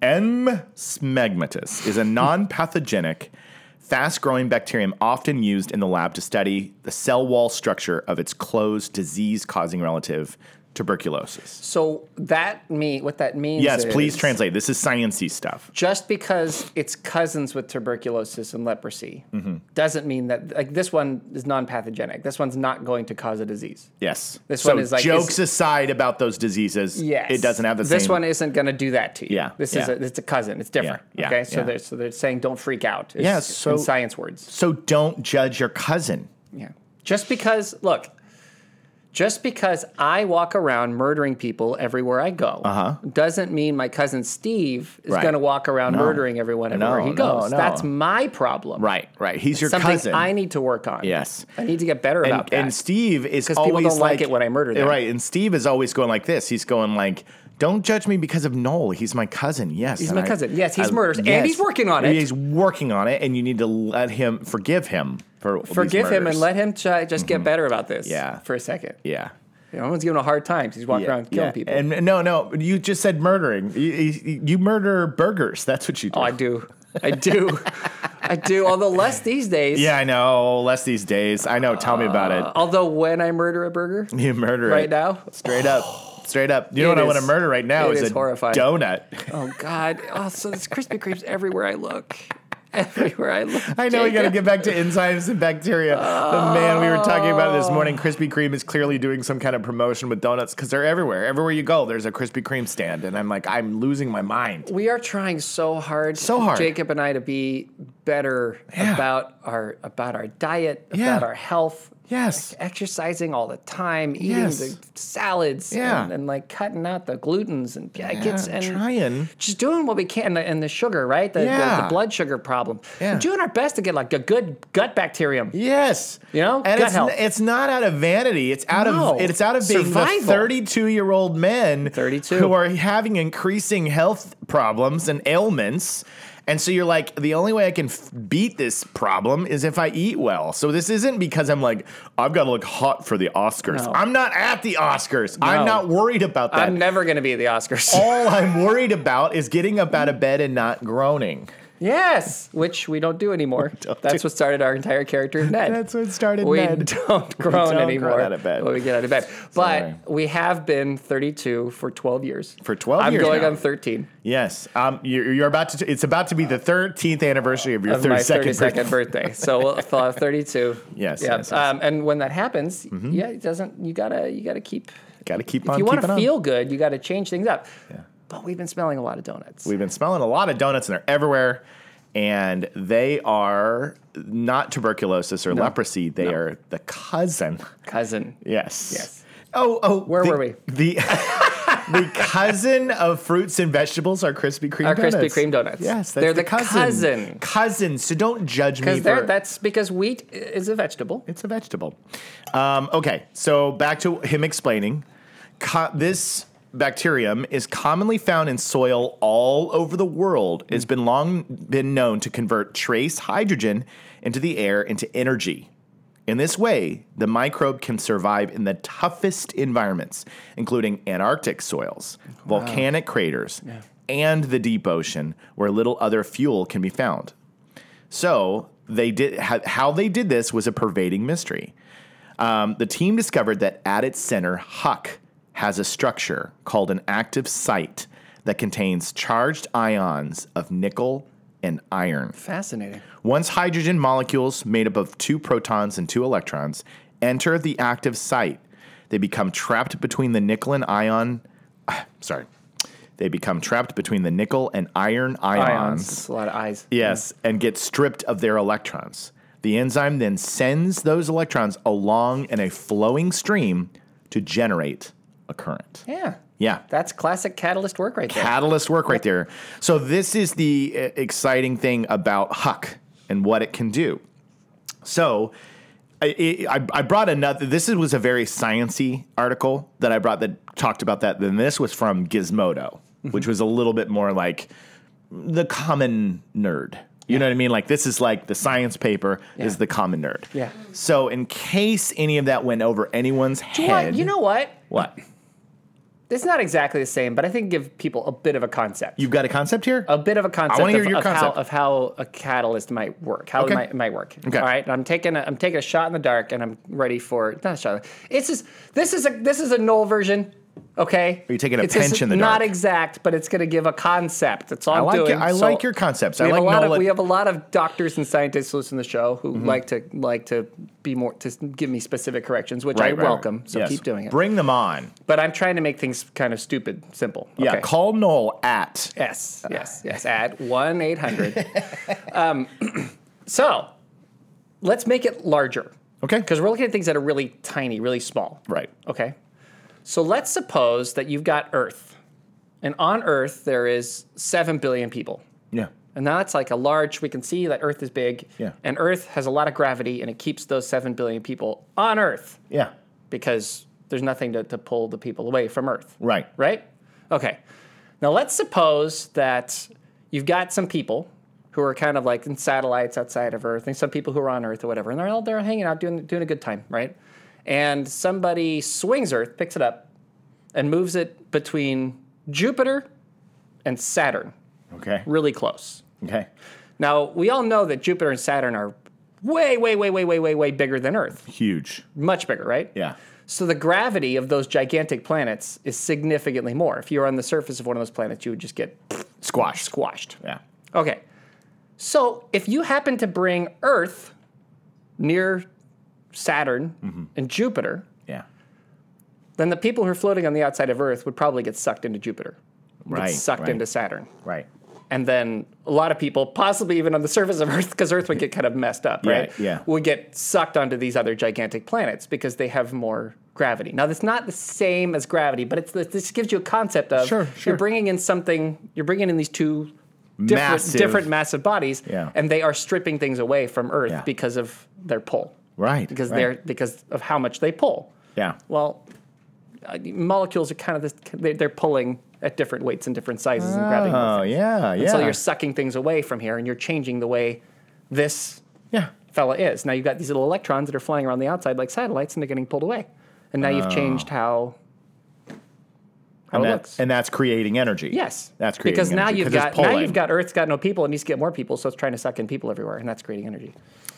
[SPEAKER 3] M. smegmatis is a non pathogenic, fast growing bacterium often used in the lab to study the cell wall structure of its closed disease causing relative, tuberculosis.
[SPEAKER 2] so that me what that means
[SPEAKER 3] Yes, please
[SPEAKER 2] is-
[SPEAKER 3] translate. This is sciency stuff.
[SPEAKER 2] just because it's cousins with tuberculosis and leprosy
[SPEAKER 3] Mm-hmm.
[SPEAKER 2] doesn't mean that like this one is non-pathogenic. This one's not going to cause a disease.
[SPEAKER 3] Yes.
[SPEAKER 2] This
[SPEAKER 3] so
[SPEAKER 2] one is like-
[SPEAKER 3] jokes
[SPEAKER 2] is-
[SPEAKER 3] aside about those diseases.
[SPEAKER 2] Yes,
[SPEAKER 3] it doesn't have the
[SPEAKER 2] This
[SPEAKER 3] same.
[SPEAKER 2] one isn't going to do that to you.
[SPEAKER 3] Yeah,
[SPEAKER 2] this is
[SPEAKER 3] yeah.
[SPEAKER 2] a, it's a cousin. It's different.
[SPEAKER 3] yeah,
[SPEAKER 2] okay, so
[SPEAKER 3] yeah.
[SPEAKER 2] they're so they're saying don't freak out. It's,
[SPEAKER 3] Yeah, so-
[SPEAKER 2] in science words.
[SPEAKER 3] So don't judge your cousin.
[SPEAKER 2] Yeah, just because look. Just because I walk around murdering people everywhere I go doesn't mean my cousin Steve is
[SPEAKER 3] Uh-huh. Right.
[SPEAKER 2] going to walk around
[SPEAKER 3] No.
[SPEAKER 2] murdering everyone everywhere
[SPEAKER 3] No,
[SPEAKER 2] he
[SPEAKER 3] no,
[SPEAKER 2] goes.
[SPEAKER 3] no.
[SPEAKER 2] That's my problem.
[SPEAKER 3] Right, right. He's your
[SPEAKER 2] something
[SPEAKER 3] cousin.
[SPEAKER 2] I need to work on.
[SPEAKER 3] Yes.
[SPEAKER 2] I need to get better
[SPEAKER 3] and,
[SPEAKER 2] about that.
[SPEAKER 3] and Steve is
[SPEAKER 2] 'Cause people
[SPEAKER 3] always
[SPEAKER 2] don't like it when I murder them.
[SPEAKER 3] Right, and Steve is always going like this. He's going like, "Don't judge me because of Noel. He's my cousin. Yes,
[SPEAKER 2] He's
[SPEAKER 3] and
[SPEAKER 2] my cousin. Yes, he's murderous, and he's working on it."
[SPEAKER 3] He's working on it, and you need to let him forgive him for these
[SPEAKER 2] Forgive him
[SPEAKER 3] murders. Mm-hmm.
[SPEAKER 2] and let him try, just get better about this.
[SPEAKER 3] Yeah.
[SPEAKER 2] For a second.
[SPEAKER 3] Yeah.
[SPEAKER 2] You know, everyone's giving him a hard time 'cause he's walking
[SPEAKER 3] Yeah,
[SPEAKER 2] around killing
[SPEAKER 3] yeah.
[SPEAKER 2] people.
[SPEAKER 3] And no, no, you just said murdering. You, you, you murder burgers. That's what you do.
[SPEAKER 2] oh, I do. I do. I do. Although less these days.
[SPEAKER 3] yeah, I know. Less these days. I know. Tell me about it.
[SPEAKER 2] Although when I murder a burger
[SPEAKER 3] [laughs] You murder
[SPEAKER 2] Uh, right
[SPEAKER 3] it.
[SPEAKER 2] now. [gasps]
[SPEAKER 3] Straight up. Straight up. You know what I
[SPEAKER 2] is-
[SPEAKER 3] want to murder right now
[SPEAKER 2] it
[SPEAKER 3] is,
[SPEAKER 2] is
[SPEAKER 3] a
[SPEAKER 2] horrifying.
[SPEAKER 3] donut.
[SPEAKER 2] Oh God. Oh, so there's Krispy Kremes everywhere I look. Everywhere I look.
[SPEAKER 3] [laughs] I know we got to
[SPEAKER 2] Jacob.
[SPEAKER 3] get back to enzymes and bacteria. The man we were talking about this morning, Krispy Kreme is clearly doing some kind of promotion with donuts because they're everywhere. Everywhere you go, there's a Krispy Kreme stand, and I'm like, I'm losing my mind.
[SPEAKER 2] We are trying so hard,
[SPEAKER 3] So hard.
[SPEAKER 2] Jacob and I, to be better
[SPEAKER 3] Yeah.
[SPEAKER 2] about our about our diet,
[SPEAKER 3] Yeah.
[SPEAKER 2] about our health.
[SPEAKER 3] Yes.
[SPEAKER 2] exercising all the time, eating
[SPEAKER 3] Yes.
[SPEAKER 2] the salads,
[SPEAKER 3] Yeah.
[SPEAKER 2] and, and like cutting out the gluten's and yeah, it gets
[SPEAKER 3] Yeah,
[SPEAKER 2] and
[SPEAKER 3] trying.
[SPEAKER 2] just doing what we can and the, and the sugar, right? The, the- the,
[SPEAKER 3] Yeah.
[SPEAKER 2] blood sugar problem.
[SPEAKER 3] Yeah.
[SPEAKER 2] We're doing our best to get like a good gut bacterium.
[SPEAKER 3] Yes.
[SPEAKER 2] You know, gut
[SPEAKER 3] and it's,
[SPEAKER 2] health.
[SPEAKER 3] n- it's not out of vanity. It's out
[SPEAKER 2] No.
[SPEAKER 3] of it's out of being
[SPEAKER 2] Survival.
[SPEAKER 3] the 32 year old men
[SPEAKER 2] 32.
[SPEAKER 3] who are having increasing health problems and ailments. And so you're like, the only way I can f- beat this problem is if I eat well. So this isn't because I'm like, I've got to look hot for the Oscars.
[SPEAKER 2] No.
[SPEAKER 3] I'm not at the Oscars.
[SPEAKER 2] No.
[SPEAKER 3] I'm not worried about that.
[SPEAKER 2] I'm never going to be at the Oscars.
[SPEAKER 3] [laughs] All I'm worried about is getting up out of bed and not groaning.
[SPEAKER 2] [laughs] yes, which we don't do anymore. That's what started our entire character of Ned.
[SPEAKER 3] That's what started
[SPEAKER 2] we
[SPEAKER 3] Ned. [laughs]
[SPEAKER 2] don't groan
[SPEAKER 3] groan
[SPEAKER 2] anymore
[SPEAKER 3] out of bed.
[SPEAKER 2] when we get out of bed. But
[SPEAKER 3] Sorry.
[SPEAKER 2] we have been 32 for 12 years.
[SPEAKER 3] For 12
[SPEAKER 2] I'm
[SPEAKER 3] years
[SPEAKER 2] going
[SPEAKER 3] now.
[SPEAKER 2] on 13
[SPEAKER 3] Yes, um, you're, you're about to. It's about to be the 13th anniversary of your
[SPEAKER 2] of my
[SPEAKER 3] 32nd
[SPEAKER 2] 32nd
[SPEAKER 3] birthday.
[SPEAKER 2] birthday. So we'll
[SPEAKER 3] [laughs]
[SPEAKER 2] we'll have 32.
[SPEAKER 3] Yes,
[SPEAKER 2] Yeah.
[SPEAKER 3] yes, yes.
[SPEAKER 2] Um, and when that happens, yeah, it doesn't. You gotta you gotta keep.
[SPEAKER 3] Got to keep
[SPEAKER 2] If
[SPEAKER 3] on.
[SPEAKER 2] you want
[SPEAKER 3] keeping
[SPEAKER 2] to
[SPEAKER 3] on.
[SPEAKER 2] feel good, you gotta change things up. But we've been smelling a lot of donuts.
[SPEAKER 3] we've been smelling a lot of donuts, and they're everywhere. and they are not tuberculosis or leprosy. They are the cousin.
[SPEAKER 2] Cousin.
[SPEAKER 3] Yes.
[SPEAKER 2] Yes.
[SPEAKER 3] Oh, oh.
[SPEAKER 2] Where
[SPEAKER 3] the-
[SPEAKER 2] were we?
[SPEAKER 3] The [laughs] the cousin of fruits and vegetables are Krispy Kreme
[SPEAKER 2] Are Krispy
[SPEAKER 3] donuts.
[SPEAKER 2] Kreme donuts.
[SPEAKER 3] Yes, that's
[SPEAKER 2] They're
[SPEAKER 3] the,
[SPEAKER 2] the
[SPEAKER 3] cousin.
[SPEAKER 2] cousin.
[SPEAKER 3] Cousin, So don't judge me.
[SPEAKER 2] Because they're-
[SPEAKER 3] for-
[SPEAKER 2] that's because wheat i- is a vegetable.
[SPEAKER 3] it's a vegetable. Um, okay, so back to him explaining. Co- this bacterium is commonly found in soil all over the world. It's been long been known to convert trace hydrogen into the air into energy. In this way, the microbe can survive in the toughest environments, including Antarctic soils, volcanic craters, and the deep ocean, where little other fuel can be found. So they did how, how they did this was a pervading mystery. Um, the team discovered that at its center, Huck has a structure called an active site that contains charged ions of nickel and iron.
[SPEAKER 2] Fascinating.
[SPEAKER 3] Once hydrogen molecules made up of two protons and two electrons enter the active site, they become trapped between the nickel and ion. ah, Sorry, they become trapped between the nickel and iron ions
[SPEAKER 2] It's a lot of eyes.
[SPEAKER 3] Yes, and get stripped of their electrons. The enzyme then sends those electrons along in a flowing stream to generate a current.
[SPEAKER 2] Yeah.
[SPEAKER 3] Yeah.
[SPEAKER 2] That's classic catalyst work right there.
[SPEAKER 3] Catalyst work right there. So, this is the uh, exciting thing about Huck and what it can do. So, I, I, I brought another. This is- was a very sciency article that I brought that talked about that. Then this was from Gizmodo,
[SPEAKER 2] Mm-hmm.
[SPEAKER 3] which was a little bit more like the common nerd. You know what I mean? Like this is like the science paper is the common nerd.
[SPEAKER 2] Yeah.
[SPEAKER 3] So in case any of that went over anyone's
[SPEAKER 2] You know what?
[SPEAKER 3] head,
[SPEAKER 2] You know what?
[SPEAKER 3] what?
[SPEAKER 2] It's not exactly the same, but I think give people a bit of a concept.
[SPEAKER 3] You've got a concept here.
[SPEAKER 2] a bit of a concept,
[SPEAKER 3] wanna hear
[SPEAKER 2] of,
[SPEAKER 3] your
[SPEAKER 2] of
[SPEAKER 3] concept.
[SPEAKER 2] How, of how a catalyst might work, how
[SPEAKER 3] Okay.
[SPEAKER 2] it might, it might work.
[SPEAKER 3] Okay.
[SPEAKER 2] All right, I'm taking a, I'm taking a shot in the dark, and I'm ready for not a shot. It's just this is a this is a null version. Okay,
[SPEAKER 3] Are you taking a
[SPEAKER 2] It's just
[SPEAKER 3] pinch in the
[SPEAKER 2] Not
[SPEAKER 3] dark?
[SPEAKER 2] exact, but it's going to give a concept. That's all
[SPEAKER 3] I
[SPEAKER 2] I'm
[SPEAKER 3] like
[SPEAKER 2] doing.
[SPEAKER 3] your- I
[SPEAKER 2] So
[SPEAKER 3] like your concepts. I
[SPEAKER 2] we have
[SPEAKER 3] like Mm-hmm.
[SPEAKER 2] a lot of,
[SPEAKER 3] null-
[SPEAKER 2] we have a lot of doctors and scientists listening to the show who like to like to be more to give me specific corrections, which I welcome. So
[SPEAKER 3] Yes.
[SPEAKER 2] keep doing it.
[SPEAKER 3] Bring them on.
[SPEAKER 2] but I'm trying to make things kind of stupid simple.
[SPEAKER 3] Yeah.
[SPEAKER 2] Okay.
[SPEAKER 3] Call Noel at
[SPEAKER 2] Yes, yes,
[SPEAKER 3] Uh.
[SPEAKER 2] yes. At 1 800.
[SPEAKER 3] [laughs]
[SPEAKER 2] um, [clears throat] so let's make it larger
[SPEAKER 3] okay.
[SPEAKER 2] because we're looking at things that are really tiny, really small.
[SPEAKER 3] Right.
[SPEAKER 2] Okay. So let's suppose that you've got Earth, and on Earth there is 7 billion people.
[SPEAKER 3] Yeah.
[SPEAKER 2] And that's like a large, we can see that Earth is big,
[SPEAKER 3] Yeah.
[SPEAKER 2] and Earth has a lot of gravity, and it keeps those 7 billion people on Earth
[SPEAKER 3] Yeah.
[SPEAKER 2] because there's nothing to, to pull the people away from Earth
[SPEAKER 3] Right.
[SPEAKER 2] right? Okay. Now let's suppose that you've got some people who are kind of like in satellites outside of Earth, and some people who are on Earth or whatever, and they're all they're hanging out doing doing a good time, right? And somebody swings Earth, picks it up, and moves it between Jupiter and Saturn,
[SPEAKER 3] Okay.
[SPEAKER 2] really close.
[SPEAKER 3] Okay.
[SPEAKER 2] Now we all know that Jupiter and Saturn are way, way, way, way, way, way, way bigger than Earth,
[SPEAKER 3] Huge.
[SPEAKER 2] much bigger, right?
[SPEAKER 3] Yeah.
[SPEAKER 2] So the gravity of those gigantic planets is significantly more. If you were on the surface of one of those planets, you would just get
[SPEAKER 3] Squash.
[SPEAKER 2] squashed.
[SPEAKER 3] Yeah.
[SPEAKER 2] Okay. So if you happen to bring Earth near Saturn
[SPEAKER 3] Mm-hmm.
[SPEAKER 2] and Jupiter,
[SPEAKER 3] Yeah.
[SPEAKER 2] then the people who are floating on the outside of Earth would probably get sucked into Jupiter, get
[SPEAKER 3] Right.
[SPEAKER 2] sucked
[SPEAKER 3] right,
[SPEAKER 2] into Saturn.
[SPEAKER 3] Right.
[SPEAKER 2] And then a lot of people, possibly even on the surface of Earth, because Earth would get kind of messed up,
[SPEAKER 3] Yeah,
[SPEAKER 2] right?
[SPEAKER 3] yeah.
[SPEAKER 2] Would get sucked onto these other gigantic planets because they have more gravity. Now, that's not the same as gravity, but it's this gives you a concept of
[SPEAKER 3] Sure, sure.
[SPEAKER 2] you're bringing in something, you're bringing in these two different
[SPEAKER 3] Massive.
[SPEAKER 2] different massive bodies,
[SPEAKER 3] Yeah.
[SPEAKER 2] and they are stripping things away from Earth
[SPEAKER 3] Yeah.
[SPEAKER 2] because of their pull,
[SPEAKER 3] Right.
[SPEAKER 2] because
[SPEAKER 3] right.
[SPEAKER 2] they're because of how much they pull.
[SPEAKER 3] Yeah.
[SPEAKER 2] Well, uh, molecules are kind of this, they- they're pulling at different weights and different sizes and grabbing. them.
[SPEAKER 3] Oh yeah. Yeah.
[SPEAKER 2] So you're sucking things away from here and you're changing the way this
[SPEAKER 3] yeah.
[SPEAKER 2] fella is. Now you've got these little electrons that are flying around the outside like satellites and they're getting pulled away. And now you've changed how how
[SPEAKER 3] Oh. And,
[SPEAKER 2] it
[SPEAKER 3] that-
[SPEAKER 2] looks.
[SPEAKER 3] and that's creating energy.
[SPEAKER 2] yes.
[SPEAKER 3] That's creating
[SPEAKER 2] Because now
[SPEAKER 3] energy,
[SPEAKER 2] you've
[SPEAKER 3] 'cause it's
[SPEAKER 2] got now
[SPEAKER 3] pulling.
[SPEAKER 2] you've got Earth's got no people and needs to get more people, so it's trying to suck in people everywhere, and that's creating energy.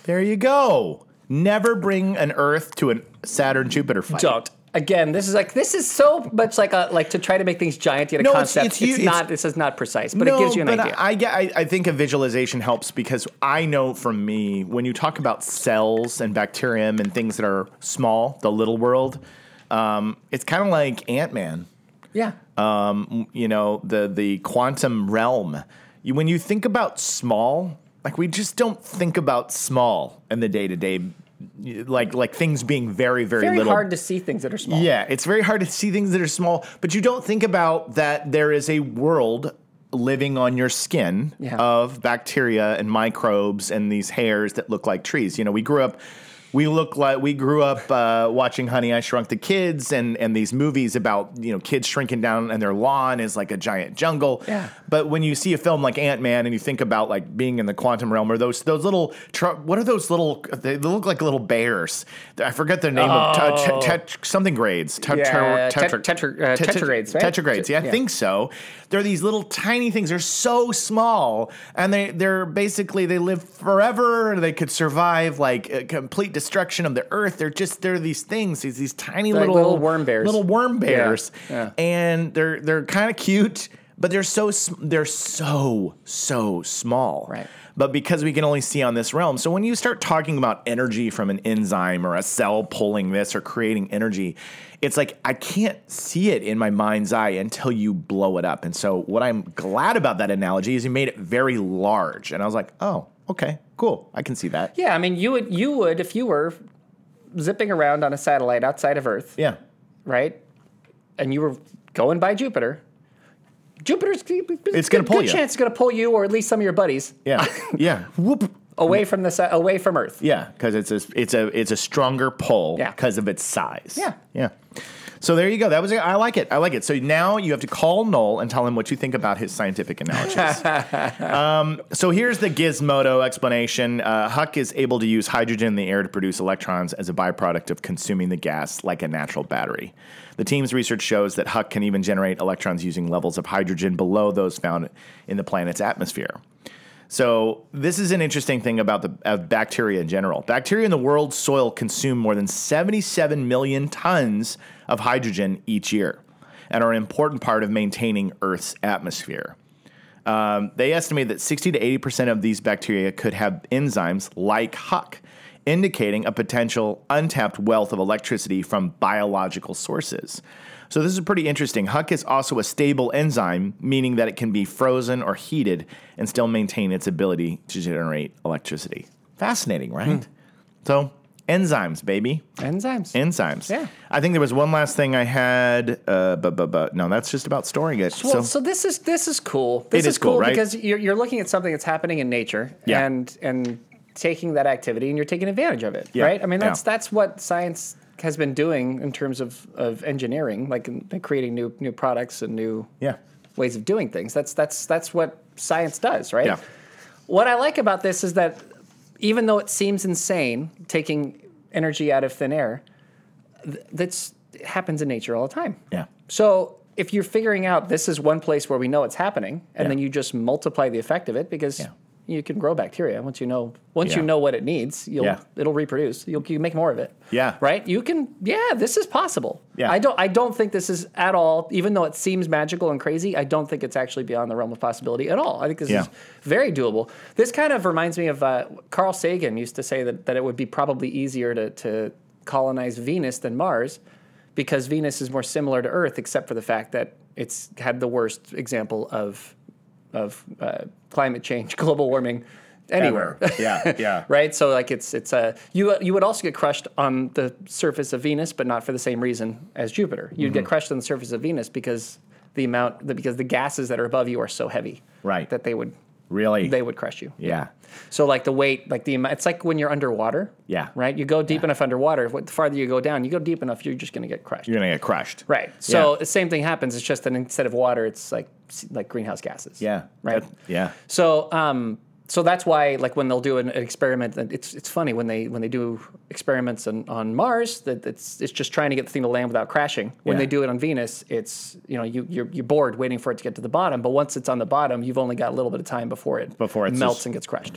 [SPEAKER 3] There you go. Never bring an Earth to a Saturn Jupiter fight.
[SPEAKER 2] Don't. Again, this is like this is so much like a like to try to make things giant yet a
[SPEAKER 3] No, it's-
[SPEAKER 2] concept.
[SPEAKER 3] it's you- it's-
[SPEAKER 2] not this is not precise, but
[SPEAKER 3] no,
[SPEAKER 2] it gives you an
[SPEAKER 3] but
[SPEAKER 2] idea.
[SPEAKER 3] I, I, I think a visualization helps because I know from me when you talk about cells and bacterium and things that are small, the little world, um, it's kind of like Ant Man.
[SPEAKER 2] yeah.
[SPEAKER 3] you know the the quantum realm. You, when you think about small, Like we just don't think about small in the day to day, like like things being very very,
[SPEAKER 2] Very
[SPEAKER 3] little.
[SPEAKER 2] hard to see things that are small.
[SPEAKER 3] Yeah, it's very hard to see things that are small, but you don't think about that there is a world living on your skin
[SPEAKER 2] Yeah.
[SPEAKER 3] of bacteria and microbes and these hairs that look like trees. You know, we grew up. We look like we grew up uh, watching Honey I Shrunk the Kids and and these movies about you know kids shrinking down and their lawn is like a giant jungle.
[SPEAKER 2] Yeah.
[SPEAKER 3] But when you see a film like Ant Man and you think about like being in the quantum realm or those those little tr- what are those little they look like little bears. I forget their name of t- t- tet- something grades. Tet-
[SPEAKER 2] Oh. Yeah,
[SPEAKER 3] ter- tetra-
[SPEAKER 2] tet- tetra- uh,
[SPEAKER 3] tet- tet-
[SPEAKER 2] tetragrades, right?
[SPEAKER 3] Tetragrades. Yeah, I
[SPEAKER 2] Yeah.
[SPEAKER 3] think so. They're these little tiny things. They're so small, and they they're basically they live forever. and They could survive like uh, complete destruction of the earth. They're just they're these things. These these tiny
[SPEAKER 2] Like
[SPEAKER 3] little
[SPEAKER 2] little worm bears.
[SPEAKER 3] Little worm bears,
[SPEAKER 2] yeah.
[SPEAKER 3] and they're they're kind of cute. But they're so sm- they're so so small,
[SPEAKER 2] Right.
[SPEAKER 3] but because we can only see on this realm. So when you start talking about energy from an enzyme or a cell pulling this or creating energy, it's like I can't see it in my mind's eye until you blow it up. And so what I'm glad about that analogy is you made it very large. And I was like, oh, okay, cool. I can see that.
[SPEAKER 2] Yeah, I mean, you would you would if you were zipping around on a satellite outside of Earth,
[SPEAKER 3] Yeah.
[SPEAKER 2] right? And you were going by Jupiter. Jupiter's it's
[SPEAKER 3] gonna pull
[SPEAKER 2] good
[SPEAKER 3] you.
[SPEAKER 2] chance it's going to pull you or at least some of your buddies [laughs]
[SPEAKER 3] Yeah. Yeah. Whoop.
[SPEAKER 2] away from the sa- away from Earth.
[SPEAKER 3] Yeah, because it's a it's a it's a stronger pull
[SPEAKER 2] Yeah.
[SPEAKER 3] because of its size.
[SPEAKER 2] Yeah.
[SPEAKER 3] yeah. So there you go. That was I like it. I like it. So now you have to call Noel and tell him what you think about his
[SPEAKER 2] [laughs]
[SPEAKER 3] scientific analogies. um, so here's the Gizmodo explanation. Uh, Huck is able to use hydrogen in the air to produce electrons as a byproduct of consuming the gas like a natural battery. The team's research shows that Huck can even generate electrons using levels of hydrogen below those found in the planet's atmosphere. So this is an interesting thing about the of bacteria in general. Bacteria in the world's soil consume more than 77 million tons of hydrogen each year, and are an important part of maintaining Earth's atmosphere. Um, they estimate that 60 to 80 percent of these bacteria could have enzymes like Huck, indicating a potential untapped wealth of electricity from biological sources. So this is pretty interesting. Huck is also a stable enzyme, meaning that it can be frozen or heated and still maintain its ability to generate electricity. Fascinating, right?
[SPEAKER 2] Hmm.
[SPEAKER 3] So enzymes, baby,
[SPEAKER 2] Enzymes.
[SPEAKER 3] enzymes.
[SPEAKER 2] Yeah.
[SPEAKER 3] I think there was one last thing I had, uh, but but but no, that's just about storing it.
[SPEAKER 2] well, so, this is this is cool. This
[SPEAKER 3] It is cool, right?
[SPEAKER 2] because you're, you're looking at something that's happening in nature
[SPEAKER 3] Yeah.
[SPEAKER 2] and and taking that activity and you're taking advantage of it,
[SPEAKER 3] Yeah.
[SPEAKER 2] right? I mean, that's
[SPEAKER 3] Yeah.
[SPEAKER 2] that's what science has been doing in terms of, of engineering, like in, in creating new new products and new
[SPEAKER 3] yeah,
[SPEAKER 2] ways of doing things. That's that's that's what science does, right?
[SPEAKER 3] Yeah.
[SPEAKER 2] What I like about this is that even though it seems insane taking energy out of thin air, th- that's it happens in nature all the time.
[SPEAKER 3] yeah,
[SPEAKER 2] So if you're figuring out this is one place where we know it's happening, and
[SPEAKER 3] Yeah.
[SPEAKER 2] then you just multiply the effect of it because
[SPEAKER 3] Yeah.
[SPEAKER 2] you can grow bacteria once you know once you
[SPEAKER 3] Yeah.
[SPEAKER 2] know what it needs, you'll
[SPEAKER 3] Yeah.
[SPEAKER 2] it'll reproduce. You'll you make more of it.
[SPEAKER 3] Yeah.
[SPEAKER 2] Right? You can yeah, this is possible.
[SPEAKER 3] Yeah.
[SPEAKER 2] I don't I don't think this is at all, even though it seems magical and crazy, I don't think it's actually beyond the realm of possibility at all. I think this
[SPEAKER 3] Yeah.
[SPEAKER 2] is very doable. This kind of reminds me of uh, Carl Sagan used to say that, that it would be probably easier to, to colonize Venus than Mars because Venus is more similar to Earth, except for the fact that it's had the worst example of, of uh, climate change, [laughs] global warming anywhere.
[SPEAKER 3] yeah, yeah.
[SPEAKER 2] [laughs] Right, so like it's it's a you you would also get crushed on the surface of Venus, but not for the same reason as Jupiter. You'd
[SPEAKER 3] Mm-hmm.
[SPEAKER 2] get crushed on the surface of Venus because the amount the, because the gases that are above you are so heavy,
[SPEAKER 3] Right.
[SPEAKER 2] That they would
[SPEAKER 3] Really?
[SPEAKER 2] they would crush you.
[SPEAKER 3] yeah.
[SPEAKER 2] So like the weight, like the amount, it's like when you're underwater.
[SPEAKER 3] Yeah.
[SPEAKER 2] Right. You go deep enough underwater. What the farther you go down, you go deep enough, you're just going to get crushed.
[SPEAKER 3] You're gonna get crushed.
[SPEAKER 2] right. So the same thing happens. It's just that instead of water, it's like like greenhouse gases.
[SPEAKER 3] Yeah.
[SPEAKER 2] Right.
[SPEAKER 3] That- yeah.
[SPEAKER 2] So, um, so that's why, like, when they'll do an, an experiment, and it's it's funny when they when they do experiments on, on Mars, that it's it's just trying to get the thing to land without crashing. When
[SPEAKER 3] Yeah.
[SPEAKER 2] they do it on Venus, it's you know you you're, you're bored waiting for it to get to the bottom, but once it's on the bottom, you've only got a little bit of time before it
[SPEAKER 3] Before it's
[SPEAKER 2] melts
[SPEAKER 3] just- Mm.
[SPEAKER 2] and gets crushed.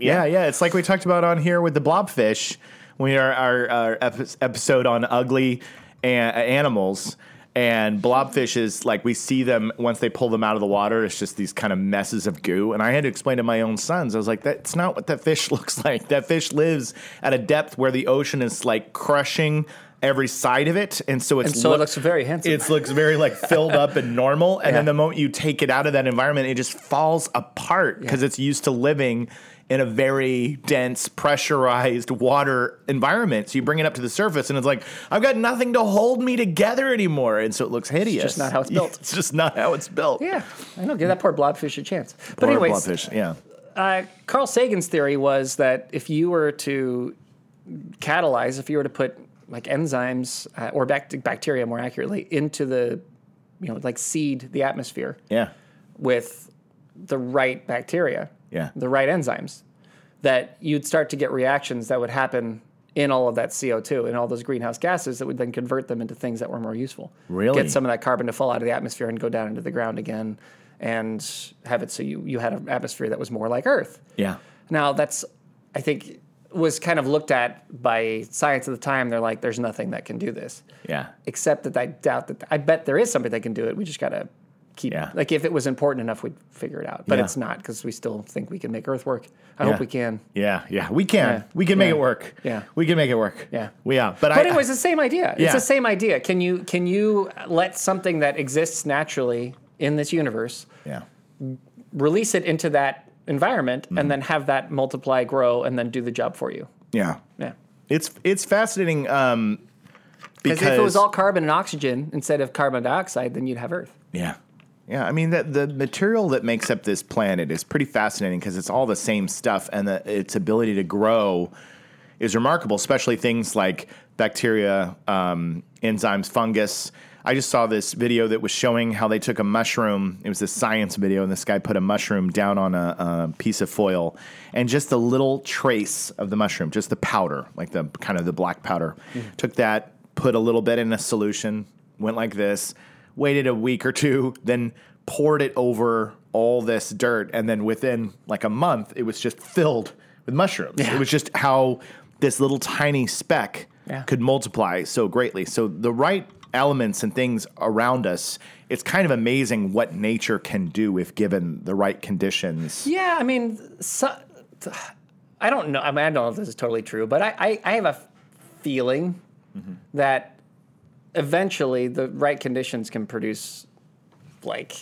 [SPEAKER 3] Yeah. Yeah. It's like we talked about on here with the blobfish when our our, our epi- episode on ugly an- animals. And blobfishes, like we see them once they pull them out of the water, it's just these kind of messes of goo. And I had to explain to my own sons, I was like, that's [laughs] not what that fish looks like. That fish lives at a depth where the ocean is like crushing every side of it, and so it's
[SPEAKER 2] And so
[SPEAKER 3] loo-
[SPEAKER 2] it looks very handsome. [laughs]
[SPEAKER 3] it looks very like filled up and normal. And
[SPEAKER 2] Yeah.
[SPEAKER 3] then the moment you take it out of that environment, it just falls apart because
[SPEAKER 2] Yeah.
[SPEAKER 3] it's used to living in a very dense, pressurized water environment. So you bring it up to the surface and it's like, I've got nothing to hold me together anymore. And so it looks hideous.
[SPEAKER 2] just not how it's built.
[SPEAKER 3] [laughs] it's just not how it's built.
[SPEAKER 2] yeah, I know. Give that poor blobfish a chance. But
[SPEAKER 3] Or
[SPEAKER 2] anyways,
[SPEAKER 3] blobfish, Yeah.
[SPEAKER 2] uh, Carl Sagan's theory was that if you were to catalyze, if you were to put like enzymes uh, or bact- bacteria more accurately into the, you know, like seed the atmosphere
[SPEAKER 3] Yeah.
[SPEAKER 2] with the right bacteria,
[SPEAKER 3] Yeah.
[SPEAKER 2] the right enzymes, that you'd start to get reactions that would happen in all of that CO2 and all those greenhouse gases that would then convert them into things that were more useful.
[SPEAKER 3] Really?
[SPEAKER 2] Get some of that carbon to fall out of the atmosphere and go down into the ground again and have it so you, you had an atmosphere that was more like Earth.
[SPEAKER 3] Yeah.
[SPEAKER 2] Now, that's, I think, was kind of looked at by science at the time. They're like, there's nothing that can do this
[SPEAKER 3] Yeah.
[SPEAKER 2] except that I doubt that I bet there is somebody that can do it. We just gotta keep
[SPEAKER 3] Yeah.
[SPEAKER 2] like if it was important enough, we'd figure it out. But
[SPEAKER 3] Yeah.
[SPEAKER 2] it's not because we still think we can make Earth work. I
[SPEAKER 3] Yeah.
[SPEAKER 2] hope we can.
[SPEAKER 3] Yeah. Yeah. We can.
[SPEAKER 2] Yeah.
[SPEAKER 3] We can make
[SPEAKER 2] Yeah.
[SPEAKER 3] it work.
[SPEAKER 2] Yeah.
[SPEAKER 3] We can make it work.
[SPEAKER 2] Yeah.
[SPEAKER 3] We are. But,
[SPEAKER 2] But
[SPEAKER 3] I,
[SPEAKER 2] it was the same idea.
[SPEAKER 3] Yeah.
[SPEAKER 2] It's the same idea. Can you can you let something that exists naturally in this universe
[SPEAKER 3] Yeah.
[SPEAKER 2] release it into that environment
[SPEAKER 3] Mm.
[SPEAKER 2] and then have that multiply, grow, and then do the job for you?
[SPEAKER 3] Yeah.
[SPEAKER 2] Yeah.
[SPEAKER 3] It's it's fascinating um, because
[SPEAKER 2] Because if it was all carbon and oxygen instead of carbon dioxide, then you'd have Earth.
[SPEAKER 3] yeah yeah I mean that the material that makes up this planet is pretty fascinating because it's all the same stuff and the, its ability to grow is remarkable, especially things like bacteria, um, enzymes, fungus. I just saw this video that was showing how they took a mushroom. It was this science video, and this guy put a mushroom down on a, a piece of foil, and just the little trace of the mushroom, just the powder, like the kind of the black powder, took that, put a little bit in a solution, went like this, waited a week or two, then poured it over all this dirt, and then within like a month, it was just filled with mushrooms. It was just how this little tiny speck
[SPEAKER 2] Yeah.
[SPEAKER 3] could multiply so greatly. So the right elements and things around us, it's kind of amazing what nature can do if given the right conditions.
[SPEAKER 2] Yeah, I mean, so, I don't know. I mean, I don't know if this is totally true, but I, I, I have a feeling
[SPEAKER 3] Mm-hmm.
[SPEAKER 2] that eventually the right conditions can produce like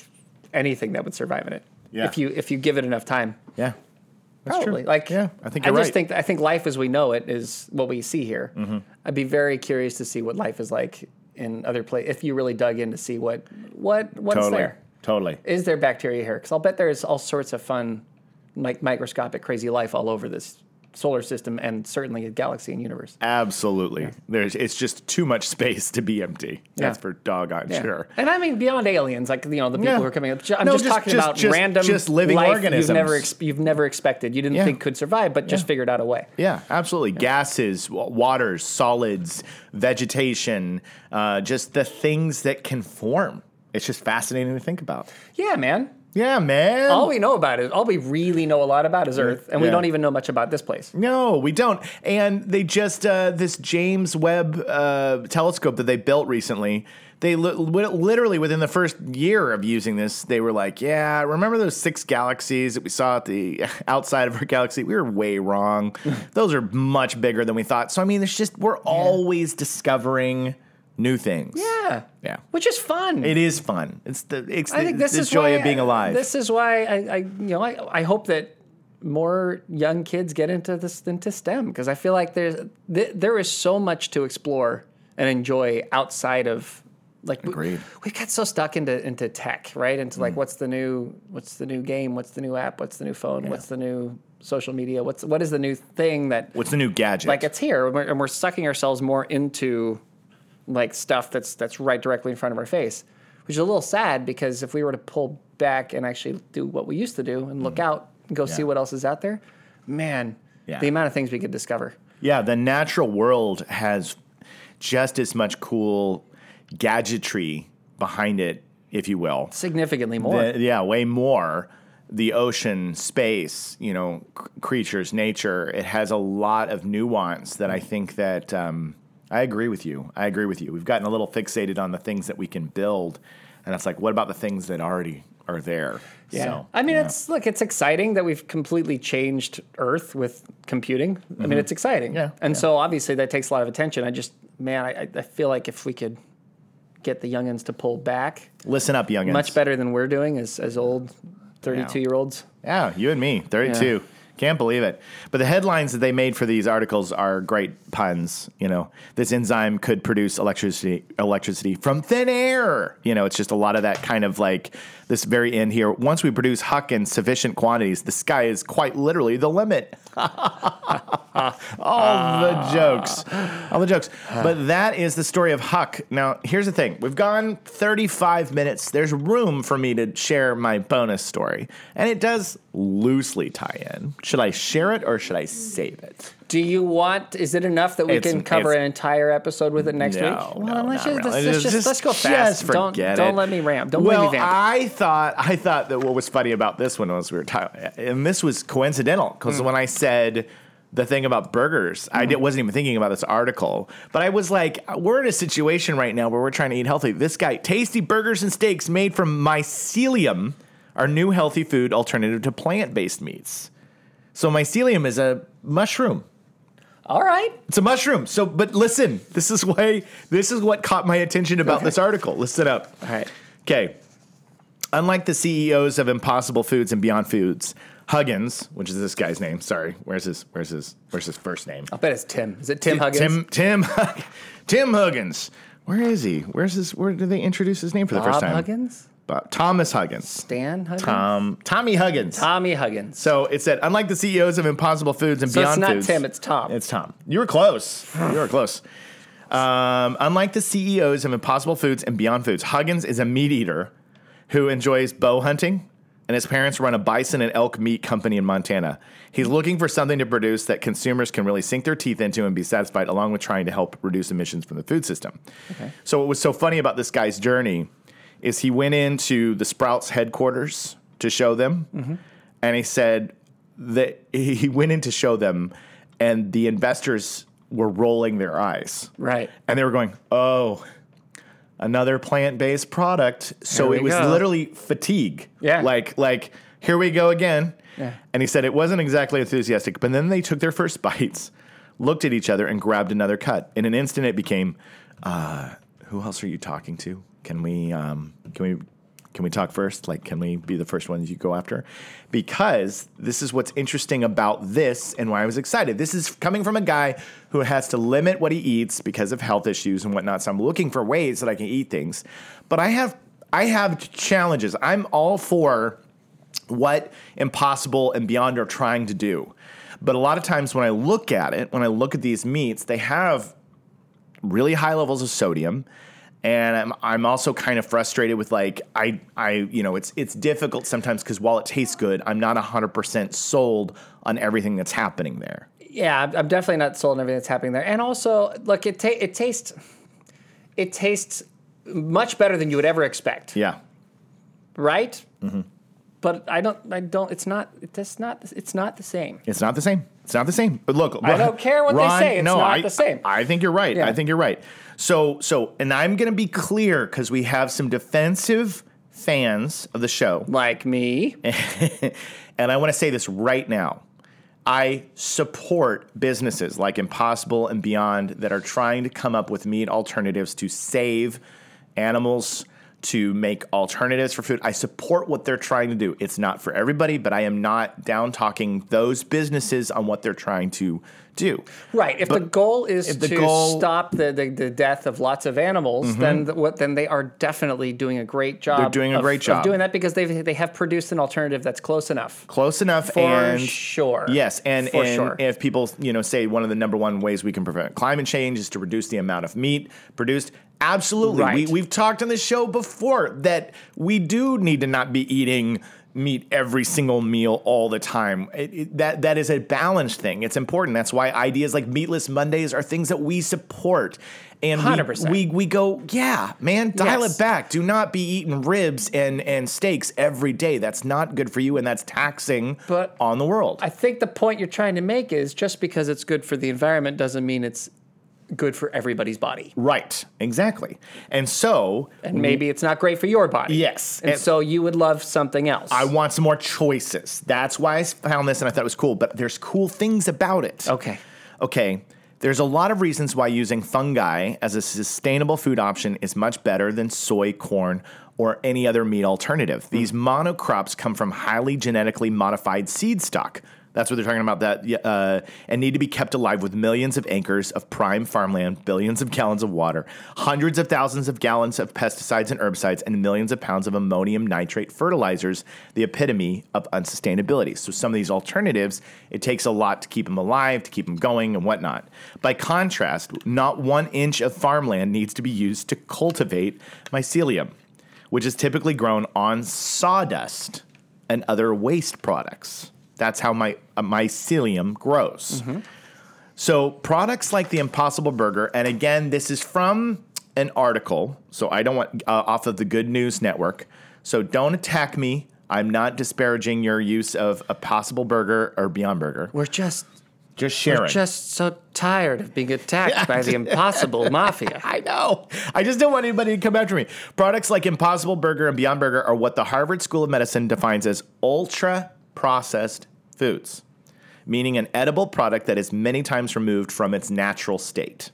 [SPEAKER 2] anything that would survive in it.
[SPEAKER 3] Yeah.
[SPEAKER 2] If you if you give it enough time,
[SPEAKER 3] Yeah. That's
[SPEAKER 2] probably. Like,
[SPEAKER 3] yeah, I think
[SPEAKER 2] I
[SPEAKER 3] you're
[SPEAKER 2] just
[SPEAKER 3] right.
[SPEAKER 2] think I think life as we know it is what we see here.
[SPEAKER 3] Mm-hmm.
[SPEAKER 2] I'd be very curious to see what life is like in other places. If you really dug in to see what what what's
[SPEAKER 3] totally.
[SPEAKER 2] there
[SPEAKER 3] Totally.
[SPEAKER 2] is there bacteria here? Because I'll bet there's all sorts of fun, like microscopic, crazy life all over this solar system and certainly a galaxy and universe.
[SPEAKER 3] Absolutely. There's it's just too much space to be empty. That's
[SPEAKER 2] Yeah.
[SPEAKER 3] for doggone
[SPEAKER 2] Yeah.
[SPEAKER 3] sure.
[SPEAKER 2] And I mean beyond aliens, like you know the people
[SPEAKER 3] Yeah.
[SPEAKER 2] who are coming up. I'm
[SPEAKER 3] No,
[SPEAKER 2] just,
[SPEAKER 3] just-
[SPEAKER 2] talking
[SPEAKER 3] just-
[SPEAKER 2] about
[SPEAKER 3] just-
[SPEAKER 2] random,
[SPEAKER 3] just living
[SPEAKER 2] life
[SPEAKER 3] organisms.
[SPEAKER 2] You've never, ex- you've never expected, you didn't
[SPEAKER 3] Yeah.
[SPEAKER 2] think could survive, but just figured out a way.
[SPEAKER 3] Yeah, absolutely. Gases, w- waters, solids, vegetation, uh, just the things that can form. It's just fascinating to think about.
[SPEAKER 2] Yeah, man.
[SPEAKER 3] Yeah, man.
[SPEAKER 2] All we know about it, all we really know a lot about is Earth, and we
[SPEAKER 3] Yeah.
[SPEAKER 2] don't even know much about this place.
[SPEAKER 3] No, we don't. And they just uh, this James Webb uh, telescope that they built recently. They li- wi- literally within the first year of using this, they were like, "Yeah, remember those six galaxies that we saw at the [laughs] outside of our galaxy? We were way wrong.
[SPEAKER 2] [laughs]
[SPEAKER 3] those are much bigger than we thought." So I mean, it's just we're always discovering new things.
[SPEAKER 2] Yeah,
[SPEAKER 3] Yeah.
[SPEAKER 2] which is fun.
[SPEAKER 3] It is fun. It's the it's
[SPEAKER 2] I
[SPEAKER 3] the,
[SPEAKER 2] think this
[SPEAKER 3] the
[SPEAKER 2] is
[SPEAKER 3] joy
[SPEAKER 2] why
[SPEAKER 3] of being alive.
[SPEAKER 2] This is why I, I you know, I, I hope that more young kids get into this into STEM because I feel like there's th- there is so much to explore and enjoy outside of like we,
[SPEAKER 3] Agreed. Mm.
[SPEAKER 2] we got so stuck into into tech, right? Into like what's the new what's the new game? What's the new app? What's the new phone? What's the new social media? What's what is the new thing that
[SPEAKER 3] What's the new gadget?
[SPEAKER 2] like it's here and we're, and we're sucking ourselves more into like stuff that's that's right directly in front of our face which is a little sad because if we were to pull back and actually do what we used to do and look out and go see what else is out there man
[SPEAKER 3] Mm. Yeah.
[SPEAKER 2] the amount of things we could discover
[SPEAKER 3] Yeah, the natural world has just as much cool gadgetry behind it, if you will.
[SPEAKER 2] significantly more
[SPEAKER 3] The- yeah, way more. The ocean, space, you know, c- creatures, nature. It has a lot of nuance that I think that um, I agree with you. I agree with you. We've gotten a little fixated on the things that we can build, and it's like, what about the things that already are there.
[SPEAKER 2] Yeah.
[SPEAKER 3] So,
[SPEAKER 2] I mean, it's look, it's exciting that we've completely changed Earth with computing. I mean, it's exciting.
[SPEAKER 3] Mm-hmm. Yeah,
[SPEAKER 2] And so obviously that takes a lot of attention. I just, man, I, I- I feel like if we could get the youngins to pull back,
[SPEAKER 3] listen up, youngins.
[SPEAKER 2] much better than we're doing as as old, thirty two year olds.
[SPEAKER 3] Yeah, you and me, 32.
[SPEAKER 2] Yeah.
[SPEAKER 3] Can't believe it. But the headlines that they made for these articles are great puns. You know, this enzyme could produce electricity electricity from thin air. You know, it's just a lot of that kind of like this very end here. Once we produce Huck in sufficient quantities, the sky is quite literally the limit. [laughs] All the jokes. All the jokes. But that is the story of Huck. Now, here's the thing we've gone 35 minutes. There's room for me to share my bonus story, and it does loosely tie in. Should I share it or should I save it?
[SPEAKER 2] Do you want? Is it enough that we
[SPEAKER 3] It's-
[SPEAKER 2] can cover
[SPEAKER 3] it's-
[SPEAKER 2] an entire episode with it next
[SPEAKER 3] No,
[SPEAKER 2] week?
[SPEAKER 3] no,
[SPEAKER 2] Well, let's,
[SPEAKER 3] not
[SPEAKER 2] just,
[SPEAKER 3] really.
[SPEAKER 2] let's,
[SPEAKER 3] Just-
[SPEAKER 2] just, let's go
[SPEAKER 3] just
[SPEAKER 2] fast. don't
[SPEAKER 3] forget
[SPEAKER 2] don't
[SPEAKER 3] it.
[SPEAKER 2] let me ramp. Don't
[SPEAKER 3] well,
[SPEAKER 2] let me vamp.
[SPEAKER 3] I thought I thought that what was funny about this one was we were talking, and this was coincidental because when I said the thing about burgers, I di- wasn't even thinking about this article, but I was like, we're in a situation right now where we're trying to eat healthy. This guy, tasty burgers and steaks made from mycelium, are new healthy food alternative to plant-based meats. So mycelium is a mushroom.
[SPEAKER 2] All right.
[SPEAKER 3] It's a mushroom. So, but listen, this is why this is what caught my attention about this article. Listen up.
[SPEAKER 2] All right.
[SPEAKER 3] Okay. Unlike the CEOs of Impossible Foods and Beyond Foods, Huggins, which is this guy's name, sorry, where's his where's his where's his first name?
[SPEAKER 2] I'll bet it's Tim. Is it Oh, Tim Huggins?
[SPEAKER 3] Tim Tim [laughs] Hug- Tim Huggins. Where is he? Where's his where did they introduce his name for the
[SPEAKER 2] Bob
[SPEAKER 3] first time?
[SPEAKER 2] Huggins.
[SPEAKER 3] Bob- Thomas Huggins.
[SPEAKER 2] Dan Huggins.
[SPEAKER 3] Um, Tommy Huggins.
[SPEAKER 2] Tommy Huggins.
[SPEAKER 3] so it said, unlike the CEOs of Impossible Foods and
[SPEAKER 2] So
[SPEAKER 3] Beyond
[SPEAKER 2] it's not
[SPEAKER 3] Foods.
[SPEAKER 2] Tim, it's Tom.
[SPEAKER 3] It's Tom. You were close. You were close. Um, unlike the CEOs of Impossible Foods and Beyond Foods, Huggins is a meat eater who enjoys bow hunting, and his parents run a bison and elk meat company in Montana. He's looking for something to produce that consumers can really sink their teeth into and be satisfied, along with trying to help reduce emissions from the food system. So, what was so funny about this guy's journey is he went into the Sprouts headquarters to show them, and he said that he went in to show them, and the investors were rolling their eyes.
[SPEAKER 2] right.
[SPEAKER 3] And they were going, oh, another plant based product. So
[SPEAKER 2] Here
[SPEAKER 3] it
[SPEAKER 2] we
[SPEAKER 3] was
[SPEAKER 2] go.
[SPEAKER 3] literally fatigue.
[SPEAKER 2] Yeah.
[SPEAKER 3] Like, like, here we go again.
[SPEAKER 2] Yeah.
[SPEAKER 3] And he said it wasn't exactly enthusiastic, but then they took their first [laughs] bites, looked at each other, and grabbed another cut. In an instant, it became, uh, who else are you talking to? Can we, um, can we, can we talk first? Like, can we be the first ones you go after? Because this is what's interesting about this and why I was excited. This is coming from a guy who has to limit what he eats because of health issues and whatnot. So I'm looking for ways that I can eat things. But I have, I have challenges. I'm all for what impossible and beyond are trying to do. But a lot of times when I look at it, when I look at these meats, they have really high levels of sodium. And I'm, I'm also kind of frustrated with like I I you know it's it's difficult sometimes because while it tastes good I'm not 100% sold on everything that's happening there.
[SPEAKER 2] Yeah, I'm I'm definitely not sold on everything that's happening there. And also, look, it ta- it tastes it tastes much better than you would ever expect,
[SPEAKER 3] Yeah.
[SPEAKER 2] right?
[SPEAKER 3] Mm-hmm.
[SPEAKER 2] But I don't I don't it's not it's not it's not the same.
[SPEAKER 3] It's not the same. It's not the same. But look, I
[SPEAKER 2] don't care what they say. It's not
[SPEAKER 3] I,
[SPEAKER 2] the same.
[SPEAKER 3] I think you're right.
[SPEAKER 2] Yeah.
[SPEAKER 3] I think you're right. So, so, and I'm going to be clear because we have some defensive fans of the show,
[SPEAKER 2] Like me.
[SPEAKER 3] and I want to say this right now. I support businesses like Impossible and Beyond that are trying to come up with meat alternatives to save animals, to make alternatives for food. I support what they're trying to do. It's not for everybody, but I am not down talking those businesses on what they're trying to do.
[SPEAKER 2] Right. If the
[SPEAKER 3] But
[SPEAKER 2] goal is
[SPEAKER 3] if the
[SPEAKER 2] to
[SPEAKER 3] goal- Mm-hmm.
[SPEAKER 2] stop the, the, the death of lots of animals, then th- what then they are definitely doing a great job.
[SPEAKER 3] doing a
[SPEAKER 2] of-
[SPEAKER 3] great
[SPEAKER 2] of
[SPEAKER 3] job.
[SPEAKER 2] doing that because they they have produced an alternative that's close enough.
[SPEAKER 3] Close enough
[SPEAKER 2] For
[SPEAKER 3] and
[SPEAKER 2] sure.
[SPEAKER 3] Yes, and,
[SPEAKER 2] For
[SPEAKER 3] and
[SPEAKER 2] sure.
[SPEAKER 3] if people, you know, say one of the number one ways we can prevent climate change is to reduce the amount of meat produced. Absolutely.
[SPEAKER 2] Right.
[SPEAKER 3] We, we've talked on the show before that we do need to not be eating meat every single meal all the time. It- it- that that is a balanced thing. It's important. That's why ideas like meatless Mondays are things that we support. And we-
[SPEAKER 2] 100%.
[SPEAKER 3] We, we go, yeah, man, dial
[SPEAKER 2] Yes.
[SPEAKER 3] it back. Do not be eating ribs and and steaks every day. That's not good for you and that's taxing
[SPEAKER 2] But-
[SPEAKER 3] on the world.
[SPEAKER 2] I think the point you're trying to make is just because it's good for the environment doesn't mean it's good for everybody's body.
[SPEAKER 3] Right, exactly. And so
[SPEAKER 2] And maybe it's not great for your body.
[SPEAKER 3] Mm-hmm. Yes,
[SPEAKER 2] And,
[SPEAKER 3] and-
[SPEAKER 2] so you would love something else.
[SPEAKER 3] I want some more choices. That's why I found this and I thought it was cool, but there's cool things about it.
[SPEAKER 2] okay.
[SPEAKER 3] Okay. There's a lot of reasons why using fungi as a sustainable food option is much better than soy, corn, or any other meat alternative. These monocrops come from highly genetically modified seed stock. That's what they're talking about. That yeah, uh, and need to be kept alive with millions of acres of prime farmland, billions of gallons of water, hundreds of thousands of gallons of pesticides and herbicides, and millions of pounds of ammonium nitrate fertilizers. The epitome of unsustainability. So some of these alternatives, it takes a lot to keep them alive, to keep them going, and whatnot. By contrast, not one inch of farmland needs to be used to cultivate mycelium, which is typically grown on sawdust and other waste products. That's how my uh, mycelium grows. So products like the Impossible Burger, and again, this is from an article, so I don't want uh, off of the Good News Network. So don't attack me. I'm not disparaging your use of a Possible Burger or Beyond Burger.
[SPEAKER 2] We're just
[SPEAKER 3] Just sharing.
[SPEAKER 2] we're just so tired of being attacked
[SPEAKER 3] [laughs]
[SPEAKER 2] by the impossible mafia.
[SPEAKER 3] I know. I just don't want anybody to come after me. Products like Impossible Burger and Beyond Burger are what the Harvard School of Medicine defines as ultra processed foods, meaning an edible product that is many times removed from its natural state.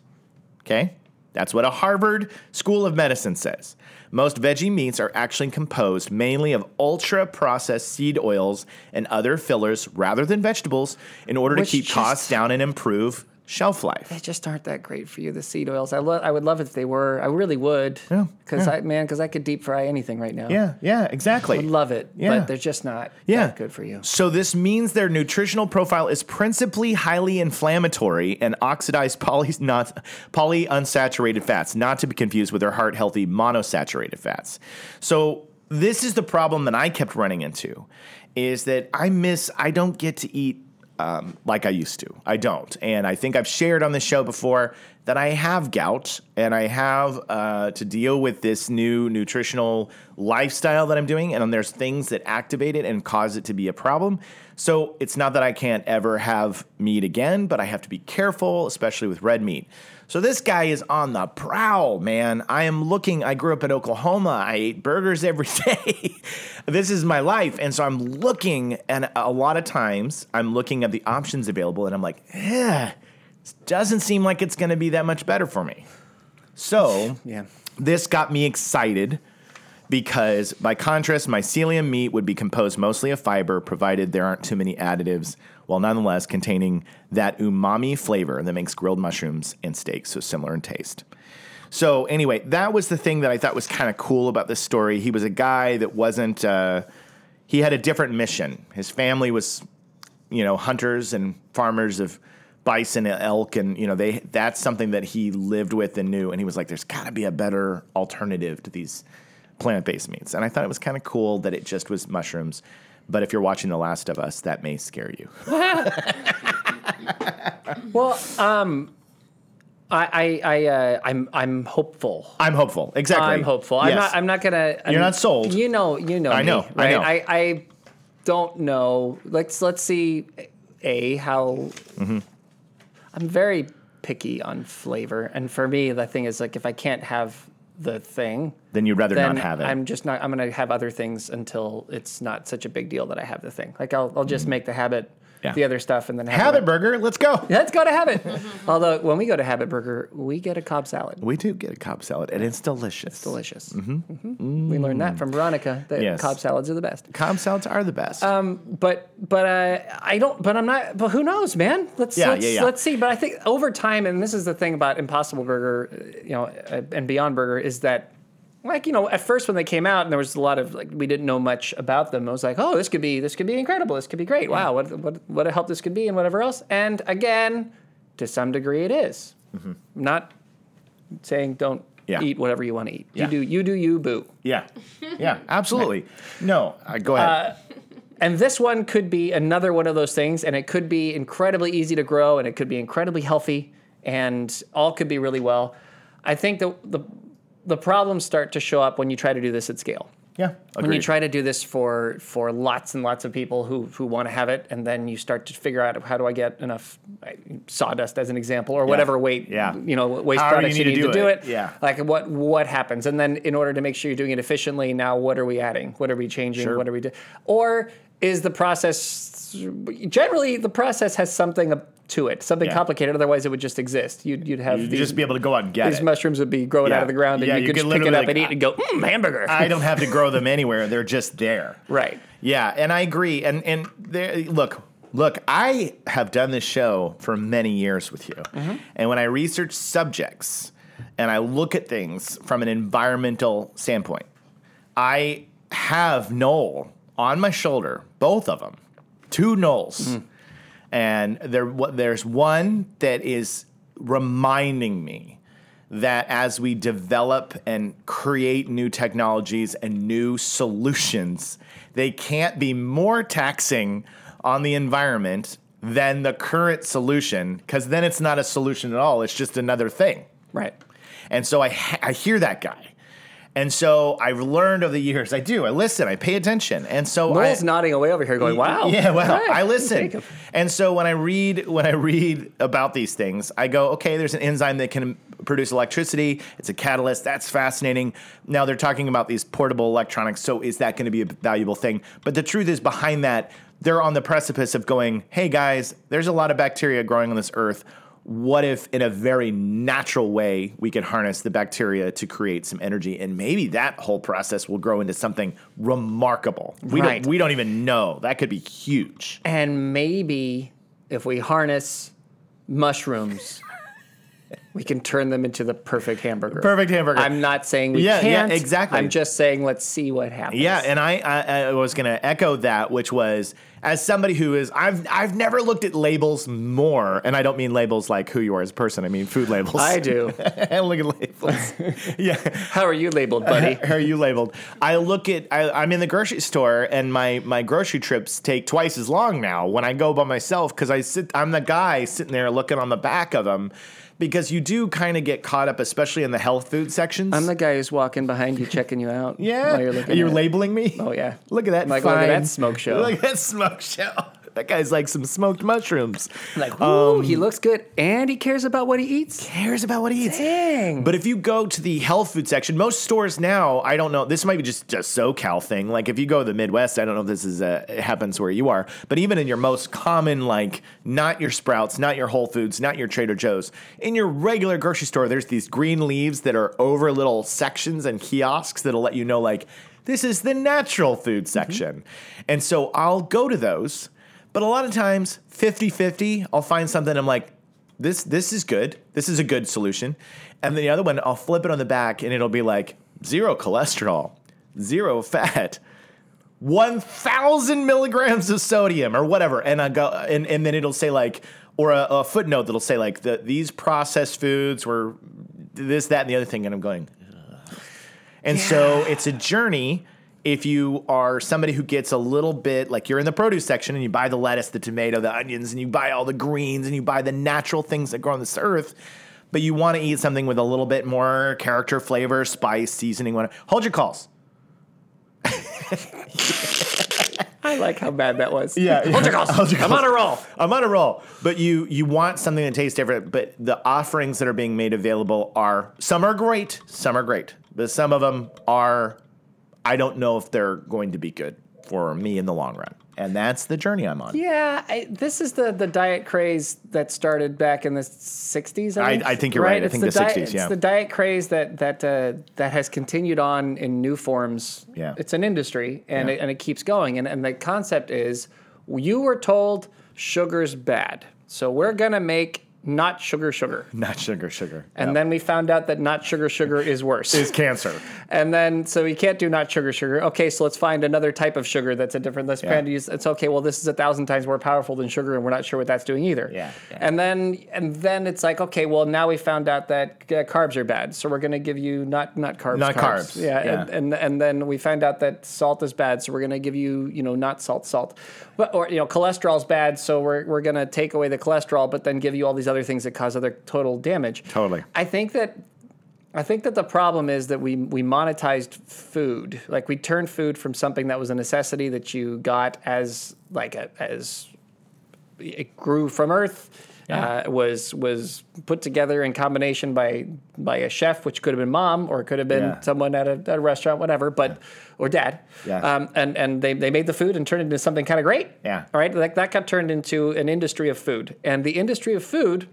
[SPEAKER 3] Okay? That's what a Harvard School of Medicine says. Most veggie meats are actually composed mainly of ultra processed seed oils and other fillers rather than vegetables in order
[SPEAKER 2] Which
[SPEAKER 3] to keep
[SPEAKER 2] just-
[SPEAKER 3] costs down and improve shelf life.
[SPEAKER 2] They just aren't that great for you. The seed oils. I lo- I would love if they were. I really would.
[SPEAKER 3] Yeah,
[SPEAKER 2] Because
[SPEAKER 3] yeah.
[SPEAKER 2] I man, because I could deep fry anything right now.
[SPEAKER 3] Yeah, yeah, exactly.
[SPEAKER 2] Would love it.
[SPEAKER 3] Yeah.
[SPEAKER 2] But they're just not.
[SPEAKER 3] Yeah.
[SPEAKER 2] That good for you.
[SPEAKER 3] So this means their nutritional profile is principally highly inflammatory and oxidized [laughs] poly, not, polyunsaturated fats, not to be confused with their heart healthy monosaturated fats. So this is the problem that I kept running into is that I miss, I don't get to eat um, like I used to. I don't. And I think I've shared on this show before that I have gout and I have uh, to deal with this new nutritional lifestyle that I'm doing. And there's things that activate it and cause it to be a problem. So it's not that I can't ever have meat again, but I have to be careful, especially with red meat. So this guy is on the prowl, man. I am looking. I grew up in Oklahoma. I ate burgers every [laughs] day. this is my life. And so I'm looking, and a lot of times I'm looking at the options available, and I'm like, eh, this doesn't seem like it's going to be that much better for me. So
[SPEAKER 2] Yeah.
[SPEAKER 3] this got me excited because by contrast mycelium meat would be composed mostly of fiber provided there aren't too many additives while nonetheless containing that umami flavor that makes grilled mushrooms and steaks so similar in taste so anyway that was the thing that i thought was kind of cool about this story he was a guy that wasn't uh, he had a different mission his family was you know hunters and farmers of bison and elk and you know they that's something that he lived with and knew and he was like there's got to be a better alternative to these plant-based meats and i thought it was kind of cool that it just was mushrooms but if you're watching the last of us that may scare you [laughs]
[SPEAKER 2] Well, um, I I I uh, I'm I'm hopeful.
[SPEAKER 3] i'm hopeful exactly
[SPEAKER 2] I'm hopeful. I'm
[SPEAKER 3] Yes.
[SPEAKER 2] not. I'm not gonna. I'm,
[SPEAKER 3] You're not sold.
[SPEAKER 2] You know. You know.
[SPEAKER 3] I
[SPEAKER 2] me,
[SPEAKER 3] know, I
[SPEAKER 2] right?
[SPEAKER 3] know.
[SPEAKER 2] I, I don't know. Let's let's see. A how.
[SPEAKER 3] Mm-hmm.
[SPEAKER 2] I'm very picky on flavor, and for me, the thing is like if I can't have the thing,
[SPEAKER 3] then you'd rather
[SPEAKER 2] then
[SPEAKER 3] not have it
[SPEAKER 2] I'm just not. I'm gonna have other things until it's not such a big deal that I have the thing. Like I'll I'll just make the habit,
[SPEAKER 3] Mm-hmm. Yeah.
[SPEAKER 2] the other stuff, and then have
[SPEAKER 3] have
[SPEAKER 2] it.
[SPEAKER 3] it burger let's go
[SPEAKER 2] Let's go to
[SPEAKER 3] [laughs]
[SPEAKER 2] Habit. Although when we go to Habit Burger, we get a Cobb salad.
[SPEAKER 3] we do get a cob salad and it's delicious
[SPEAKER 2] delicious. Mm-hmm. We learned that from Veronica that
[SPEAKER 3] Yes.
[SPEAKER 2] Cobb salads are the best.
[SPEAKER 3] cob salads are the best
[SPEAKER 2] Um, But but uh, I don't. But I'm not. But who knows, man? Let's
[SPEAKER 3] Yeah,
[SPEAKER 2] let's,
[SPEAKER 3] yeah, yeah.
[SPEAKER 2] let's see. But I think over time, and this is the thing about Impossible Burger, uh, you know, uh, and Beyond Burger is that. Like you know, at first when they came out, and there was a lot of like we didn't know much about them. I was like, oh, this could be this could be incredible. This could be great. Wow, what what what a help this could be, and whatever else. And again, to some degree, it is. Not saying don't
[SPEAKER 3] Mm-hmm. Yeah.
[SPEAKER 2] eat whatever you want to eat.
[SPEAKER 3] Yeah.
[SPEAKER 2] You do you do you boo.
[SPEAKER 3] yeah
[SPEAKER 2] [laughs]
[SPEAKER 3] yeah absolutely no uh, go ahead
[SPEAKER 2] And this one could be another one of those things, and it could be incredibly easy to grow, and it could be incredibly healthy, and all could be really well. I think the the, the problems start to show up when you try to do this at scale.
[SPEAKER 3] Yeah.
[SPEAKER 2] when you
[SPEAKER 3] agreed.
[SPEAKER 2] try to do this for for lots and lots of people who who want to have it, and then you start to figure out how do I get enough I- sawdust as an example, or whatever weight,
[SPEAKER 3] Yeah.
[SPEAKER 2] you know, waste
[SPEAKER 3] However you
[SPEAKER 2] products you
[SPEAKER 3] need
[SPEAKER 2] need,
[SPEAKER 3] to
[SPEAKER 2] to,
[SPEAKER 3] do
[SPEAKER 2] do
[SPEAKER 3] it.
[SPEAKER 2] it.
[SPEAKER 3] Yeah.
[SPEAKER 2] like what what happens, and then in order to make sure you're doing it efficiently, now what are we adding? What are we changing? What are we doing? Or is the process generally the process has something to it, something
[SPEAKER 3] Yeah.
[SPEAKER 2] complicated? Otherwise, it would just exist. You'd you'd have
[SPEAKER 3] You'd
[SPEAKER 2] these,
[SPEAKER 3] just be able to go out and get
[SPEAKER 2] these
[SPEAKER 3] it.
[SPEAKER 2] mushrooms would be growing
[SPEAKER 3] Yeah.
[SPEAKER 2] out of the ground, and
[SPEAKER 3] Yeah,
[SPEAKER 2] you,
[SPEAKER 3] you
[SPEAKER 2] could
[SPEAKER 3] could
[SPEAKER 2] just pick it
[SPEAKER 3] literally
[SPEAKER 2] up
[SPEAKER 3] like,
[SPEAKER 2] and eat and go mm, hamburger.
[SPEAKER 3] I don't have to grow them anywhere. They're just there.
[SPEAKER 2] [laughs] right.
[SPEAKER 3] Yeah, and I agree. And and there, look, look, I have done this show for many years with you, and when I research subjects and I look at things from an environmental standpoint, I have Noel on my shoulder, both of them, two Noels, and there wa- there's one that is reminding me that as we develop and create new technologies and new solutions, they can't be more taxing on the environment than the current solution, because then it's not a solution at all. It's just another thing.
[SPEAKER 2] Right.
[SPEAKER 3] And so I, ha- I hear that guy. And so I've learned over the years. I do. I listen. I pay attention. And so I,
[SPEAKER 2] Noel's nodding away over here, going, "Wow,
[SPEAKER 3] yeah, well,
[SPEAKER 2] Right.
[SPEAKER 3] I
[SPEAKER 2] Jacob.
[SPEAKER 3] listen. And so when I read when I read about these things, I go, okay, there's an enzyme that can produce electricity. It's a catalyst. That's fascinating. Now they're talking about these portable electronics. So is that going to be a valuable thing? But the truth is behind that, they're on the precipice of going, hey guys, there's a lot of bacteria growing on this earth. What if, in a very natural way, we could harness the bacteria to create some energy, and maybe that whole process will grow into something remarkable? We
[SPEAKER 2] Right.
[SPEAKER 3] don't, we don't even know. That could be huge.
[SPEAKER 2] And maybe if we harness mushrooms, we can turn them into the perfect hamburger.
[SPEAKER 3] Perfect hamburger.
[SPEAKER 2] I'm not saying we
[SPEAKER 3] Yeah, yeah,
[SPEAKER 2] can't.
[SPEAKER 3] exactly.
[SPEAKER 2] I'm just saying let's see what happens.
[SPEAKER 3] Yeah, and I, I, I was going to echo that, which was as somebody who is I've I've never looked at labels more, and I don't mean labels like who you are as a person. I mean food labels.
[SPEAKER 2] I do.
[SPEAKER 3] I [laughs] look at
[SPEAKER 2] [laughs]
[SPEAKER 3] labels. yeah,
[SPEAKER 2] How are you labeled,
[SPEAKER 3] [laughs]
[SPEAKER 2] buddy?
[SPEAKER 3] how are you labeled? I look at I, I'm in the grocery store, and my my grocery trips take twice as long now when I go by myself because I sit. I'm the guy sitting there looking on the back of them. Because you do kind of get caught up, especially in the health food sections.
[SPEAKER 2] I'm the guy who's walking behind you, checking you out.
[SPEAKER 3] Yeah.
[SPEAKER 2] while you're looking.
[SPEAKER 3] You're
[SPEAKER 2] at it.
[SPEAKER 3] labeling me?
[SPEAKER 2] Oh, yeah.
[SPEAKER 3] [laughs] Look at that.
[SPEAKER 2] Like, look at
[SPEAKER 3] fine-
[SPEAKER 2] that smoke show.
[SPEAKER 3] [laughs] Look at that smoke show. [laughs] That guy's like some smoked mushrooms.
[SPEAKER 2] Like,
[SPEAKER 3] Um,
[SPEAKER 2] ooh, he looks good, and he cares about what he eats.
[SPEAKER 3] Cares about what he eats.
[SPEAKER 2] Dang.
[SPEAKER 3] But if you go to the health food section, most stores now, I don't know, this might be just a SoCal thing. Like if you go to the Midwest, I don't know if this is uh it happens where you are, but even in your most common, like not your Sprouts, not your Whole Foods, not your Trader Joe's, in your regular grocery store, there's these green leaves that are over little sections and kiosks that'll let you know, like, this is the natural food section. And so I'll go to those, but a lot of times, 50 50, I'll find something I'm like, this this is good. This is a good solution. And the other one, I'll flip it on the back and it'll be like zero cholesterol, zero fat, 1,000 milligrams of sodium or whatever. And I go, and, and then it'll say like, or a, a footnote that'll say like, the, these processed foods were this, that, and the other thing. And I'm going, "Ugh." and so it's a journey. If you are somebody who gets a little bit like you're in the produce section and you buy the lettuce, the tomato, the onions, and you buy all the greens and you buy the natural things that grow on this earth, but you want to eat something with a little bit more character, flavor, spice, seasoning, whatever, hold your calls.
[SPEAKER 2] I like how bad that was.
[SPEAKER 3] Yeah,
[SPEAKER 2] Hold
[SPEAKER 3] [laughs]
[SPEAKER 2] your calls. I'm on a roll.
[SPEAKER 3] I'm on a roll. But you you want something that tastes different. But the offerings that are being made available are some are great, some are great, but some of them are I don't know if they're going to be good for me in the long run. And that's the journey I'm on.
[SPEAKER 2] Yeah, I, this is the the diet craze that started back in the '60s.
[SPEAKER 3] I-
[SPEAKER 2] I think,
[SPEAKER 3] I think you're right. I
[SPEAKER 2] It's
[SPEAKER 3] think the
[SPEAKER 2] diet-
[SPEAKER 3] 60s, yeah.
[SPEAKER 2] it's the diet craze that that uh, that has continued on in new forms.
[SPEAKER 3] Yeah.
[SPEAKER 2] it's an industry, and
[SPEAKER 3] Yeah.
[SPEAKER 2] it, and it keeps going. And and the concept is, you were told sugar's bad, so we're gonna make not sugar sugar.
[SPEAKER 3] Not sugar, sugar.
[SPEAKER 2] And then we found out that not sugar sugar is worse.
[SPEAKER 3] is cancer.
[SPEAKER 2] And then, so we can't do not sugar sugar. Okay, so let's find another type of sugar that's a different. Let's plan to use. It's okay. Well, this is a thousand times more powerful than sugar, and we're not sure what that's doing either.
[SPEAKER 3] Yeah, yeah.
[SPEAKER 2] And then, and then it's like, okay, well, now we found out that uh, carbs are bad, so we're going to give you not not carbs,
[SPEAKER 3] Not carbs,
[SPEAKER 2] Yeah,
[SPEAKER 3] yeah.
[SPEAKER 2] And, and and then we find out that salt is bad, so we're going to give you you know not salt salt, but or you know cholesterol's bad, so we're we're going to take away the cholesterol, but then give you all these other things that cause other total damage.
[SPEAKER 3] Totally.
[SPEAKER 2] I think that I think that the problem is that we we monetized food. Like we turned food from something that was a necessity that you got as like a, as it grew from earth.
[SPEAKER 5] Yeah.
[SPEAKER 2] Uh, was was put together in combination by by a chef, which could have been mom or it could have been
[SPEAKER 3] Yeah.
[SPEAKER 2] someone at a, at a restaurant, whatever, but or dad.
[SPEAKER 3] Yeah.
[SPEAKER 2] Um, and and they, they made the food and turned it into something kind of great.
[SPEAKER 3] Yeah.
[SPEAKER 2] All right. Like that got turned into an industry of food, and the industry of food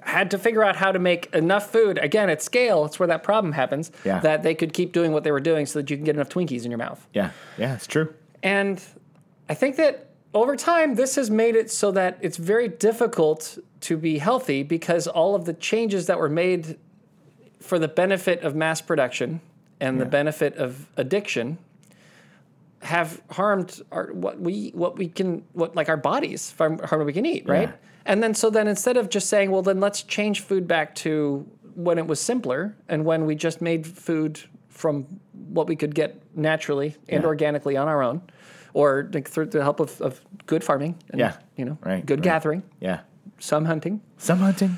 [SPEAKER 2] had to figure out how to make enough food again at scale. It's where that problem happens.
[SPEAKER 3] Yeah.
[SPEAKER 2] That they could keep doing what they were doing so that you can get enough Twinkies in your mouth.
[SPEAKER 3] Yeah, yeah, it's true.
[SPEAKER 2] And I think that over time, this has made it so that it's very difficult to be healthy because all of the changes that were made for the benefit of mass production and the benefit of addiction have harmed our, what we what we can what like our bodies harm harm what we can eat right
[SPEAKER 3] Yeah.
[SPEAKER 2] and then so then instead of just saying well then let's change food back to when it was simpler and when we just made food from what we could get naturally and
[SPEAKER 3] Yeah.
[SPEAKER 2] organically on our own or like through the help of, of good farming and
[SPEAKER 3] Yeah.
[SPEAKER 2] you know
[SPEAKER 3] Right,
[SPEAKER 2] good
[SPEAKER 3] right.
[SPEAKER 2] gathering
[SPEAKER 3] Yeah,
[SPEAKER 2] some hunting
[SPEAKER 3] some hunting.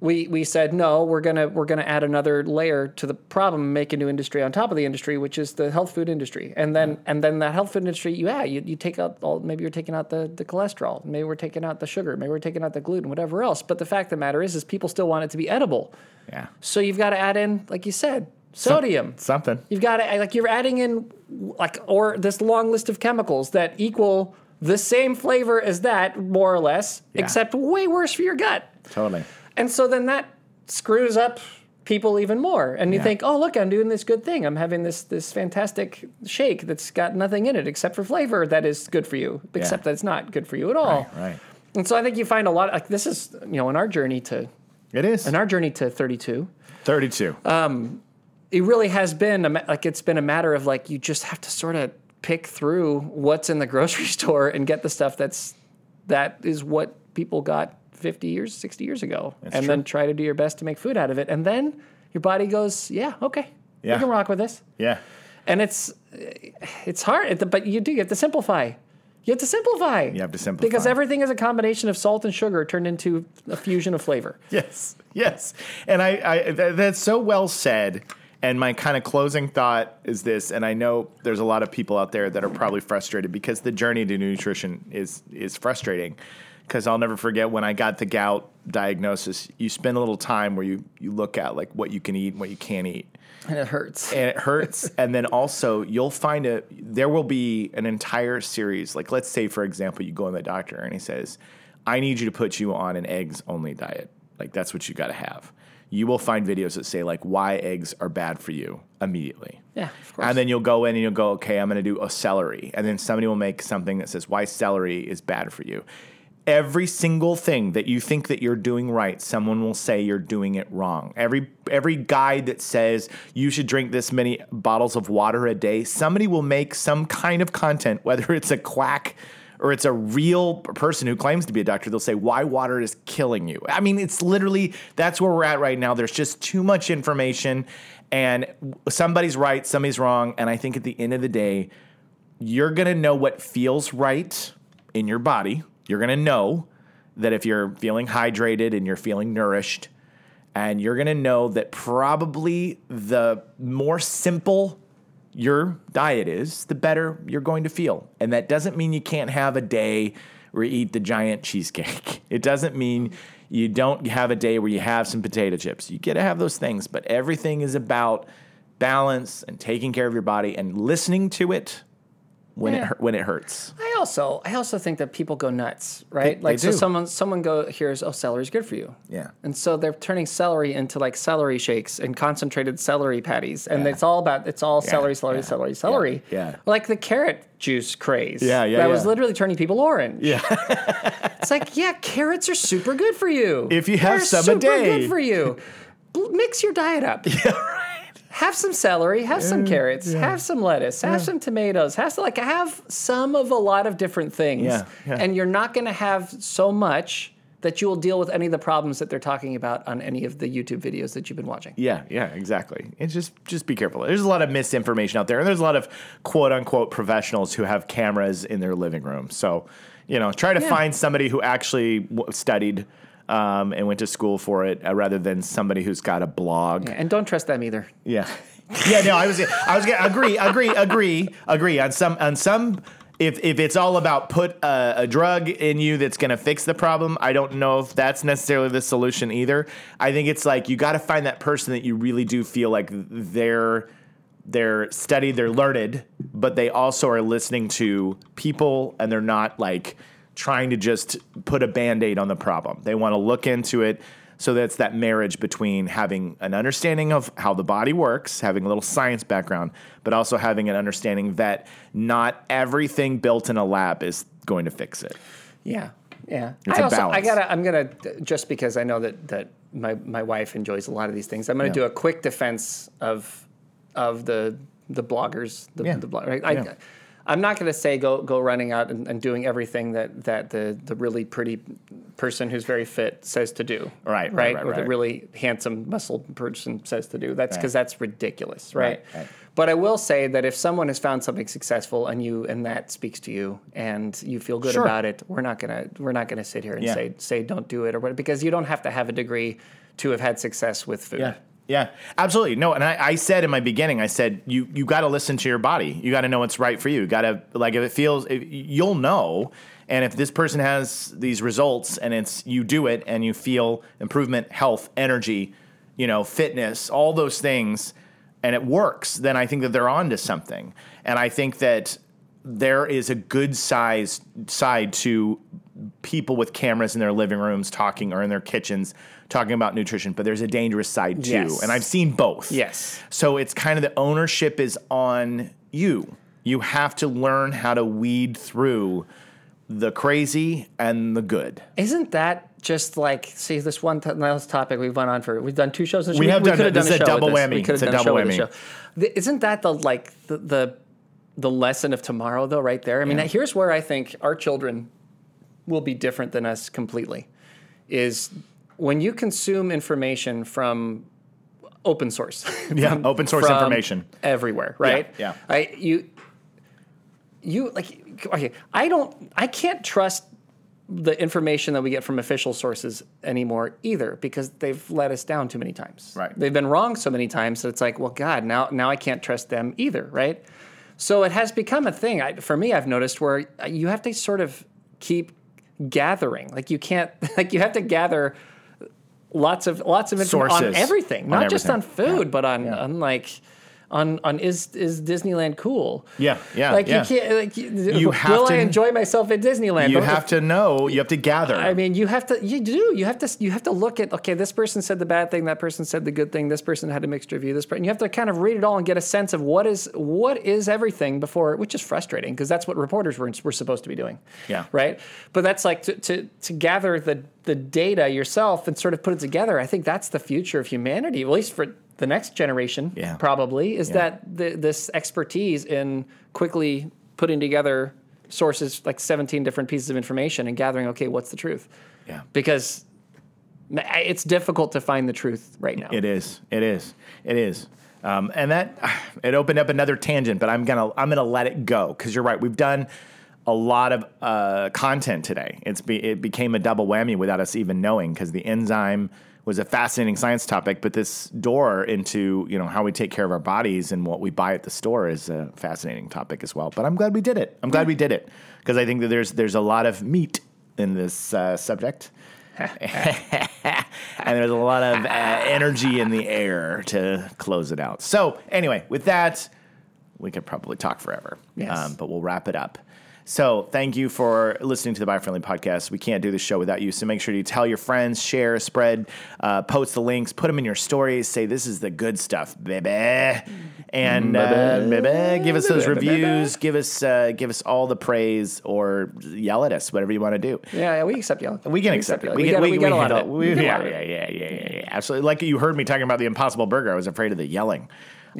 [SPEAKER 2] we we said no we're gonna we're gonna add another layer to the problem make a new industry on top of the industry which is the health food industry and then and then that health food industry yeah you, you take out all maybe you're taking out the, the cholesterol maybe we're taking out the sugar maybe we're taking out the gluten whatever else but the fact of the matter is is people still want it to be edible
[SPEAKER 3] Yeah,
[SPEAKER 2] so you've got to add in like you said sodium
[SPEAKER 3] something.
[SPEAKER 2] You've got to like you're adding in like or this long list of chemicals that equal the same flavor as that more or less,
[SPEAKER 3] Yeah.
[SPEAKER 2] except way worse for your gut.
[SPEAKER 3] Totally.
[SPEAKER 2] And so then that screws up people even more. And you
[SPEAKER 3] Yeah.
[SPEAKER 2] think, "Oh, look, I'm doing this good thing. I'm having this this fantastic shake that's got nothing in it except for flavor that is good for you, except that it's not good for you at all."
[SPEAKER 3] Right.
[SPEAKER 2] And so I think you find a lot like this is, you know, in our journey to
[SPEAKER 3] It is.
[SPEAKER 2] in our journey to 32,
[SPEAKER 3] 32.
[SPEAKER 2] it really has been a, ma- like it's been a matter of like you just have to sort of pick through what's in the grocery [laughs] store and get the stuff that's that is what people got 50 years 60 years ago and then try to do your best to make food out of it and then your body goes yeah okay
[SPEAKER 3] Yeah.
[SPEAKER 2] we can rock with this
[SPEAKER 3] yeah.
[SPEAKER 2] and it's it's hard but you do you have to simplify you have to simplify you
[SPEAKER 3] have to simplify.
[SPEAKER 2] because everything is a combination of salt and sugar turned into a fusion of flavor
[SPEAKER 3] [laughs] Yes. Yes. And I, I th- that's so well said. And my kind of closing thought is this, and I know there's a lot of people out there that are probably frustrated because the journey to nutrition is is frustrating. Because I'll never forget when I got the gout diagnosis, you spend a little time where you you look at like what you can eat and what you can't eat.
[SPEAKER 2] and it hurts
[SPEAKER 3] and it hurts. [laughs] and then also, you'll find a there will be an entire series. Like, let's say, for example, you go in the doctor and he says, "I need you to put you on an eggs only diet. Like, that's what you got to have." You will find videos that say like why eggs are bad for you immediately.
[SPEAKER 2] yeah of course
[SPEAKER 3] And then you'll go in and you'll go, okay, I'm going to do a celery. And then somebody will make something that says why celery is bad for you. Every single thing that you think that you're doing right, someone will say you're doing it wrong. Every every guide that says you should drink this many bottles of water a day, somebody will make some kind of content, whether it's a quack or it's a real person who claims to be a doctor, they'll say why water is killing you. I mean, it's literally that's where we're at right now. There's just too much information, and somebody's right, somebody's wrong. And I think at the end of the day, you're gonna know what feels right in your body. You're gonna know that if you're feeling hydrated and you're feeling nourished, and you're gonna know that probably the more simple your diet is, the better you're going to feel. And that doesn't mean you can't have a day where you eat the giant cheesecake. [laughs] It doesn't mean you don't have a day where you have some potato chips. You get to have those things, but everything is about balance and taking care of your body and listening to it when it
[SPEAKER 2] Yeah.
[SPEAKER 3] hur- when it hurts.
[SPEAKER 2] I also I also think that people go nuts, right?
[SPEAKER 3] They-
[SPEAKER 2] like
[SPEAKER 3] they
[SPEAKER 2] so
[SPEAKER 3] do.
[SPEAKER 2] someone someone go hears oh celery's good for you.
[SPEAKER 3] Yeah.
[SPEAKER 2] And so they're turning celery into like celery shakes and concentrated celery patties and it's all about it's all celery celery celery celery.
[SPEAKER 3] yeah.
[SPEAKER 2] Like the carrot juice craze.
[SPEAKER 3] Yeah, yeah,
[SPEAKER 2] That was
[SPEAKER 3] yeah.
[SPEAKER 2] literally turning people orange. Yeah. [laughs] it's like, yeah, carrots are super good for you.
[SPEAKER 3] If you have
[SPEAKER 2] They're
[SPEAKER 3] some a
[SPEAKER 2] super
[SPEAKER 3] day.
[SPEAKER 2] good for you. Bl- Mix your diet up. Have some celery, have some carrots, have some lettuce, have some tomatoes, have some, like have some of a lot of different things.
[SPEAKER 3] Yeah, yeah.
[SPEAKER 2] And you're not going to have so much that you will deal with any of the problems that they're talking about on any of the YouTube videos that you've been watching.
[SPEAKER 3] Yeah, yeah, exactly. It's just just be careful. There's a lot of misinformation out there, and there's a lot of quote unquote professionals who have cameras in their living room. So, you know, try to
[SPEAKER 2] Yeah.
[SPEAKER 3] find somebody who actually w- studied um, and went to school for it uh, rather than somebody who's got a blog.
[SPEAKER 2] Yeah, and don't trust them either.
[SPEAKER 3] Yeah. Yeah, no, I was I was gonna agree, agree, agree, agree on some on some if if it's all about put a, a drug in you that's gonna fix the problem, I don't know if that's necessarily the solution either. I think it's like you gotta find that person that you really do feel like they're they're studied, they're learned, but they also are listening to people and they're not like trying to just put a band-aid on the problem. They want to look into it. So that's that marriage between having an understanding of how the body works, having a little science background, but also having an understanding that not everything built in a lab is going to fix it.
[SPEAKER 2] Yeah, yeah.
[SPEAKER 3] It's
[SPEAKER 2] I
[SPEAKER 3] a
[SPEAKER 2] also, I
[SPEAKER 3] balance.
[SPEAKER 2] gotta, I'm gonna just because I know that that my my wife enjoys a lot of these things. I'm gonna do a quick defense of of the the bloggers. The,
[SPEAKER 3] Yeah.
[SPEAKER 2] the blog, right? I,
[SPEAKER 3] Yeah.
[SPEAKER 2] I'm not gonna say go go running out and, and doing everything that that the the really pretty person who's very fit says to do.
[SPEAKER 3] Right, right,
[SPEAKER 2] right.
[SPEAKER 3] right,
[SPEAKER 2] Or the
[SPEAKER 3] right.
[SPEAKER 2] really handsome muscled person says to do. That's because
[SPEAKER 3] Right.
[SPEAKER 2] that's ridiculous, right?
[SPEAKER 3] Right, right.
[SPEAKER 2] But I will say that if someone has found something successful and you and that speaks to you and you feel good
[SPEAKER 3] Sure.
[SPEAKER 2] about it, we're not gonna we're not gonna sit here and
[SPEAKER 3] Yeah.
[SPEAKER 2] say say don't do it or what because you don't have to have a degree to have had success with food.
[SPEAKER 3] Yeah. Yeah, absolutely. No, and I, I said in my beginning, I said you you got to listen to your body. You got to know what's right for you. You got to like if it feels, if, you'll know. And if this person has these results, and it's you do it, and you feel improvement, health, energy, you know, fitness, all those things, and it works, then I think that they're on to something. And I think that there is a good size side to people with cameras in their living rooms talking or in their kitchens talking about nutrition, but there's a dangerous side too.
[SPEAKER 2] Yes.
[SPEAKER 3] And I've seen both.
[SPEAKER 2] Yes.
[SPEAKER 3] So it's kind of the ownership is on you. You have to learn how to weed through the crazy and
[SPEAKER 2] [laughs]
[SPEAKER 3] the good.
[SPEAKER 2] Isn't that just like see this one t- last topic we've went on for we've done two shows this
[SPEAKER 3] We
[SPEAKER 2] week.
[SPEAKER 3] have done-
[SPEAKER 2] could've
[SPEAKER 3] this is a
[SPEAKER 2] show
[SPEAKER 3] double
[SPEAKER 2] with
[SPEAKER 3] whammy.
[SPEAKER 2] We could've
[SPEAKER 3] It's a
[SPEAKER 2] done
[SPEAKER 3] double
[SPEAKER 2] show with this
[SPEAKER 3] whammy.
[SPEAKER 2] show. Th- Isn't that the like the the, the lesson of tomorrow though right there? I mean here's where I think our children will be different than us completely is when you consume information from open source. [laughs]
[SPEAKER 3] Yeah. Open source
[SPEAKER 2] from
[SPEAKER 3] information.
[SPEAKER 2] everywhere, right?
[SPEAKER 3] yeah.
[SPEAKER 2] I you you like okay, I don't I can't trust the information that we get from official sources anymore either because they've let us down too many times.
[SPEAKER 3] Right.
[SPEAKER 2] They've been wrong so many times that it's like, well, God, now now I can't trust them either, right? So it has become a thing I, for me. I've noticed where you have to sort of keep gathering, like you can't, [laughs] like you have to gather lots of lots of information on
[SPEAKER 3] Sources.
[SPEAKER 2] everything,
[SPEAKER 3] On
[SPEAKER 2] not just on
[SPEAKER 3] everything.
[SPEAKER 2] food, but on on like. On, on is is Disneyland cool?
[SPEAKER 3] Yeah, yeah,
[SPEAKER 2] Like
[SPEAKER 3] yeah.
[SPEAKER 2] you can't like you,
[SPEAKER 3] You
[SPEAKER 2] will
[SPEAKER 3] have
[SPEAKER 2] I
[SPEAKER 3] to-
[SPEAKER 2] enjoy myself at Disneyland?
[SPEAKER 3] You
[SPEAKER 2] Don't
[SPEAKER 3] have to know, you have to gather.
[SPEAKER 2] I mean, you have to. You do. You have to. You have to look at. Okay, this person said the bad thing. That person said the good thing. This person had a mixed review. This person. You have to kind of read it all and get a sense of what is what is everything before, which is frustrating because that's what reporters were, were supposed to be doing.
[SPEAKER 3] Yeah.
[SPEAKER 2] Right. But that's like to to, to gather the the data yourself and sort of put it together. I think that's the future of humanity, at least for the next generation.
[SPEAKER 3] Yeah.
[SPEAKER 2] Probably is that the, this expertise in quickly putting together sources like 17 different pieces of information and gathering okay what's the truth
[SPEAKER 3] yeah.
[SPEAKER 2] because it's difficult to find the truth right now.
[SPEAKER 3] It is. It is. It is. Um, and that [sighs] it opened up another tangent, but I'm gonna I'm gonna let it go because you're right. We've done a lot of uh, content today. It's be, it became a double whammy without us even knowing because the enzyme was a fascinating science topic, but this door into you know how we take care of our bodies and what we buy at the store is a fascinating topic as well. But I'm glad we did it. I'm glad we did it because I think that there's there's a lot of meat in this uh, subject [laughs] and there's a lot of uh, energy in the air to close it out. So, anyway, with that, we could probably talk forever, Um,
[SPEAKER 2] Yes.
[SPEAKER 3] but we'll wrap it up. So, thank you for listening to the Biofriendly Podcast. We can't do this show without you. So, make sure you tell your friends, share, spread, uh, post the links, put them in your stories, say this is the good stuff, baby. And uh, baby, give us those reviews, give us uh, give us all the praise, or yell at us, whatever you want to do.
[SPEAKER 2] Yeah, yeah, we accept y'all.
[SPEAKER 3] We can accept it.
[SPEAKER 2] We, get, we, get a lot of it.
[SPEAKER 3] handle- we-
[SPEAKER 2] We get a
[SPEAKER 3] yeah,
[SPEAKER 2] lot of it.
[SPEAKER 3] yeah, yeah, yeah, yeah, yeah. Absolutely. Like you heard me talking about the Impossible Burger, I was afraid of the yelling.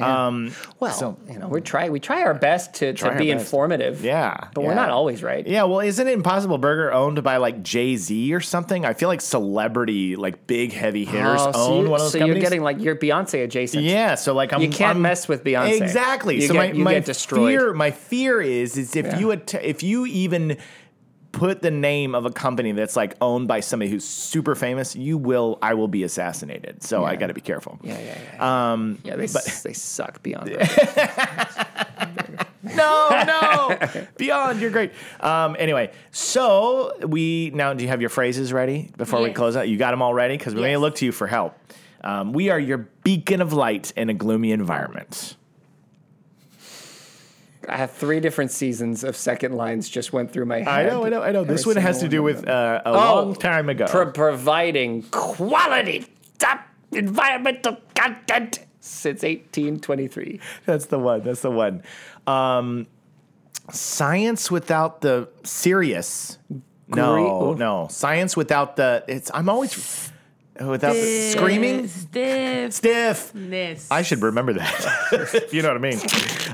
[SPEAKER 3] Um,
[SPEAKER 2] Well,
[SPEAKER 3] So-
[SPEAKER 2] you know, we try we try our best to,
[SPEAKER 3] Try
[SPEAKER 2] to
[SPEAKER 3] our
[SPEAKER 2] be
[SPEAKER 3] best.
[SPEAKER 2] informative.
[SPEAKER 3] yeah,
[SPEAKER 2] but
[SPEAKER 3] yeah.
[SPEAKER 2] we're not always right.
[SPEAKER 3] Yeah, well, isn't Impossible Burger owned by like Jay Z or something? I feel like celebrity, like big heavy hitters,
[SPEAKER 2] Oh, so
[SPEAKER 3] own
[SPEAKER 2] you,
[SPEAKER 3] one of those
[SPEAKER 2] so
[SPEAKER 3] companies.
[SPEAKER 2] you're getting like your Beyonce adjacent.
[SPEAKER 3] yeah, so like I'm,
[SPEAKER 2] You can't
[SPEAKER 3] I'm-
[SPEAKER 2] mess with Beyonce.
[SPEAKER 3] Exactly.
[SPEAKER 2] You
[SPEAKER 3] so
[SPEAKER 2] get-
[SPEAKER 3] my,
[SPEAKER 2] you
[SPEAKER 3] my
[SPEAKER 2] get destroyed.
[SPEAKER 3] fear, my fear is, is if you att- if you even put the name of a company that's like owned by somebody who's super famous, you will, I will be assassinated. So I got to be careful.
[SPEAKER 2] Yeah, yeah, yeah. Um, yeah, they, s- they suck beyond.
[SPEAKER 3] [laughs]
[SPEAKER 2] that.
[SPEAKER 3] No, no, [laughs] beyond, you're great. Um, anyway, so we now do you have your phrases ready before we
[SPEAKER 4] Yes.
[SPEAKER 3] close out? You got them all ready because we may
[SPEAKER 4] Yes.
[SPEAKER 3] look to you for help. Um, we are your beacon of light in a gloomy environment.
[SPEAKER 2] I have three different seasons of second lines just went through my head.
[SPEAKER 3] I know, I know, I know. This
[SPEAKER 2] Every
[SPEAKER 3] one has to
[SPEAKER 2] single
[SPEAKER 3] do
[SPEAKER 2] one
[SPEAKER 3] with uh, a long time ago.
[SPEAKER 2] Pro- providing quality top environmental content since 1823.
[SPEAKER 3] That's the one. That's the one. Um, science without the serious. No,
[SPEAKER 2] Gre-
[SPEAKER 3] no. Science without the. It's. I'm always without the screaming.
[SPEAKER 4] Stiffness.
[SPEAKER 3] Stiff. I should remember that. [laughs] you know what I mean.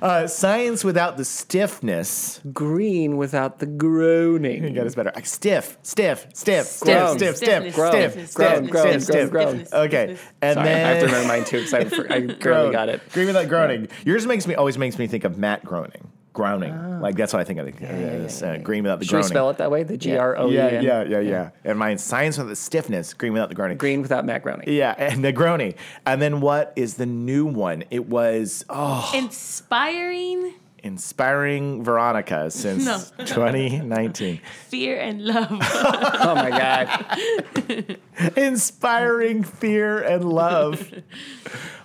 [SPEAKER 3] Uh, science without the stiffness.
[SPEAKER 2] Green without the groaning.
[SPEAKER 3] You got us better. Uh, Stiff, stiff, stiff, stiff,
[SPEAKER 2] Grown.
[SPEAKER 3] stiff, stiff, stiff,
[SPEAKER 4] Grown. Grown.
[SPEAKER 3] stiff,
[SPEAKER 2] Grown.
[SPEAKER 3] stiff, stiff.
[SPEAKER 2] Grown.
[SPEAKER 3] Okay, and
[SPEAKER 2] Sorry,
[SPEAKER 3] then
[SPEAKER 2] I have to remember mine too because
[SPEAKER 3] [laughs]
[SPEAKER 2] I, for- I barely got it.
[SPEAKER 3] Green without groaning. Yours makes me always makes me think of Matt groaning, groaning.
[SPEAKER 2] Ah.
[SPEAKER 3] Like that's what I think of. The, uh, green without the
[SPEAKER 2] Should we
[SPEAKER 3] groaning.
[SPEAKER 2] spell it that way? The G R O E
[SPEAKER 3] Yeah,
[SPEAKER 2] N.
[SPEAKER 3] yeah, yeah, yeah, And mine's science without the stiffness. Green without the groaning.
[SPEAKER 2] Green without Matt groaning.
[SPEAKER 3] Yeah, and the groaning. And then what is the new one? It was oh,
[SPEAKER 4] Inspiring
[SPEAKER 3] inspiring Veronica since
[SPEAKER 4] No.
[SPEAKER 3] [laughs] 2019.
[SPEAKER 4] fear and love. [laughs]
[SPEAKER 2] Oh my
[SPEAKER 3] [laughs]
[SPEAKER 2] God.
[SPEAKER 3] inspiring fear and [laughs] love.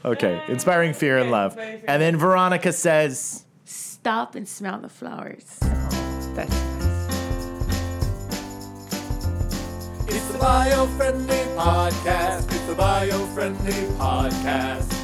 [SPEAKER 3] Okay, inspiring fear and love. And then Veronica says,
[SPEAKER 4] Stop and smell the flowers.
[SPEAKER 1] It's the bio friendly podcast. It's the bio friendly podcast.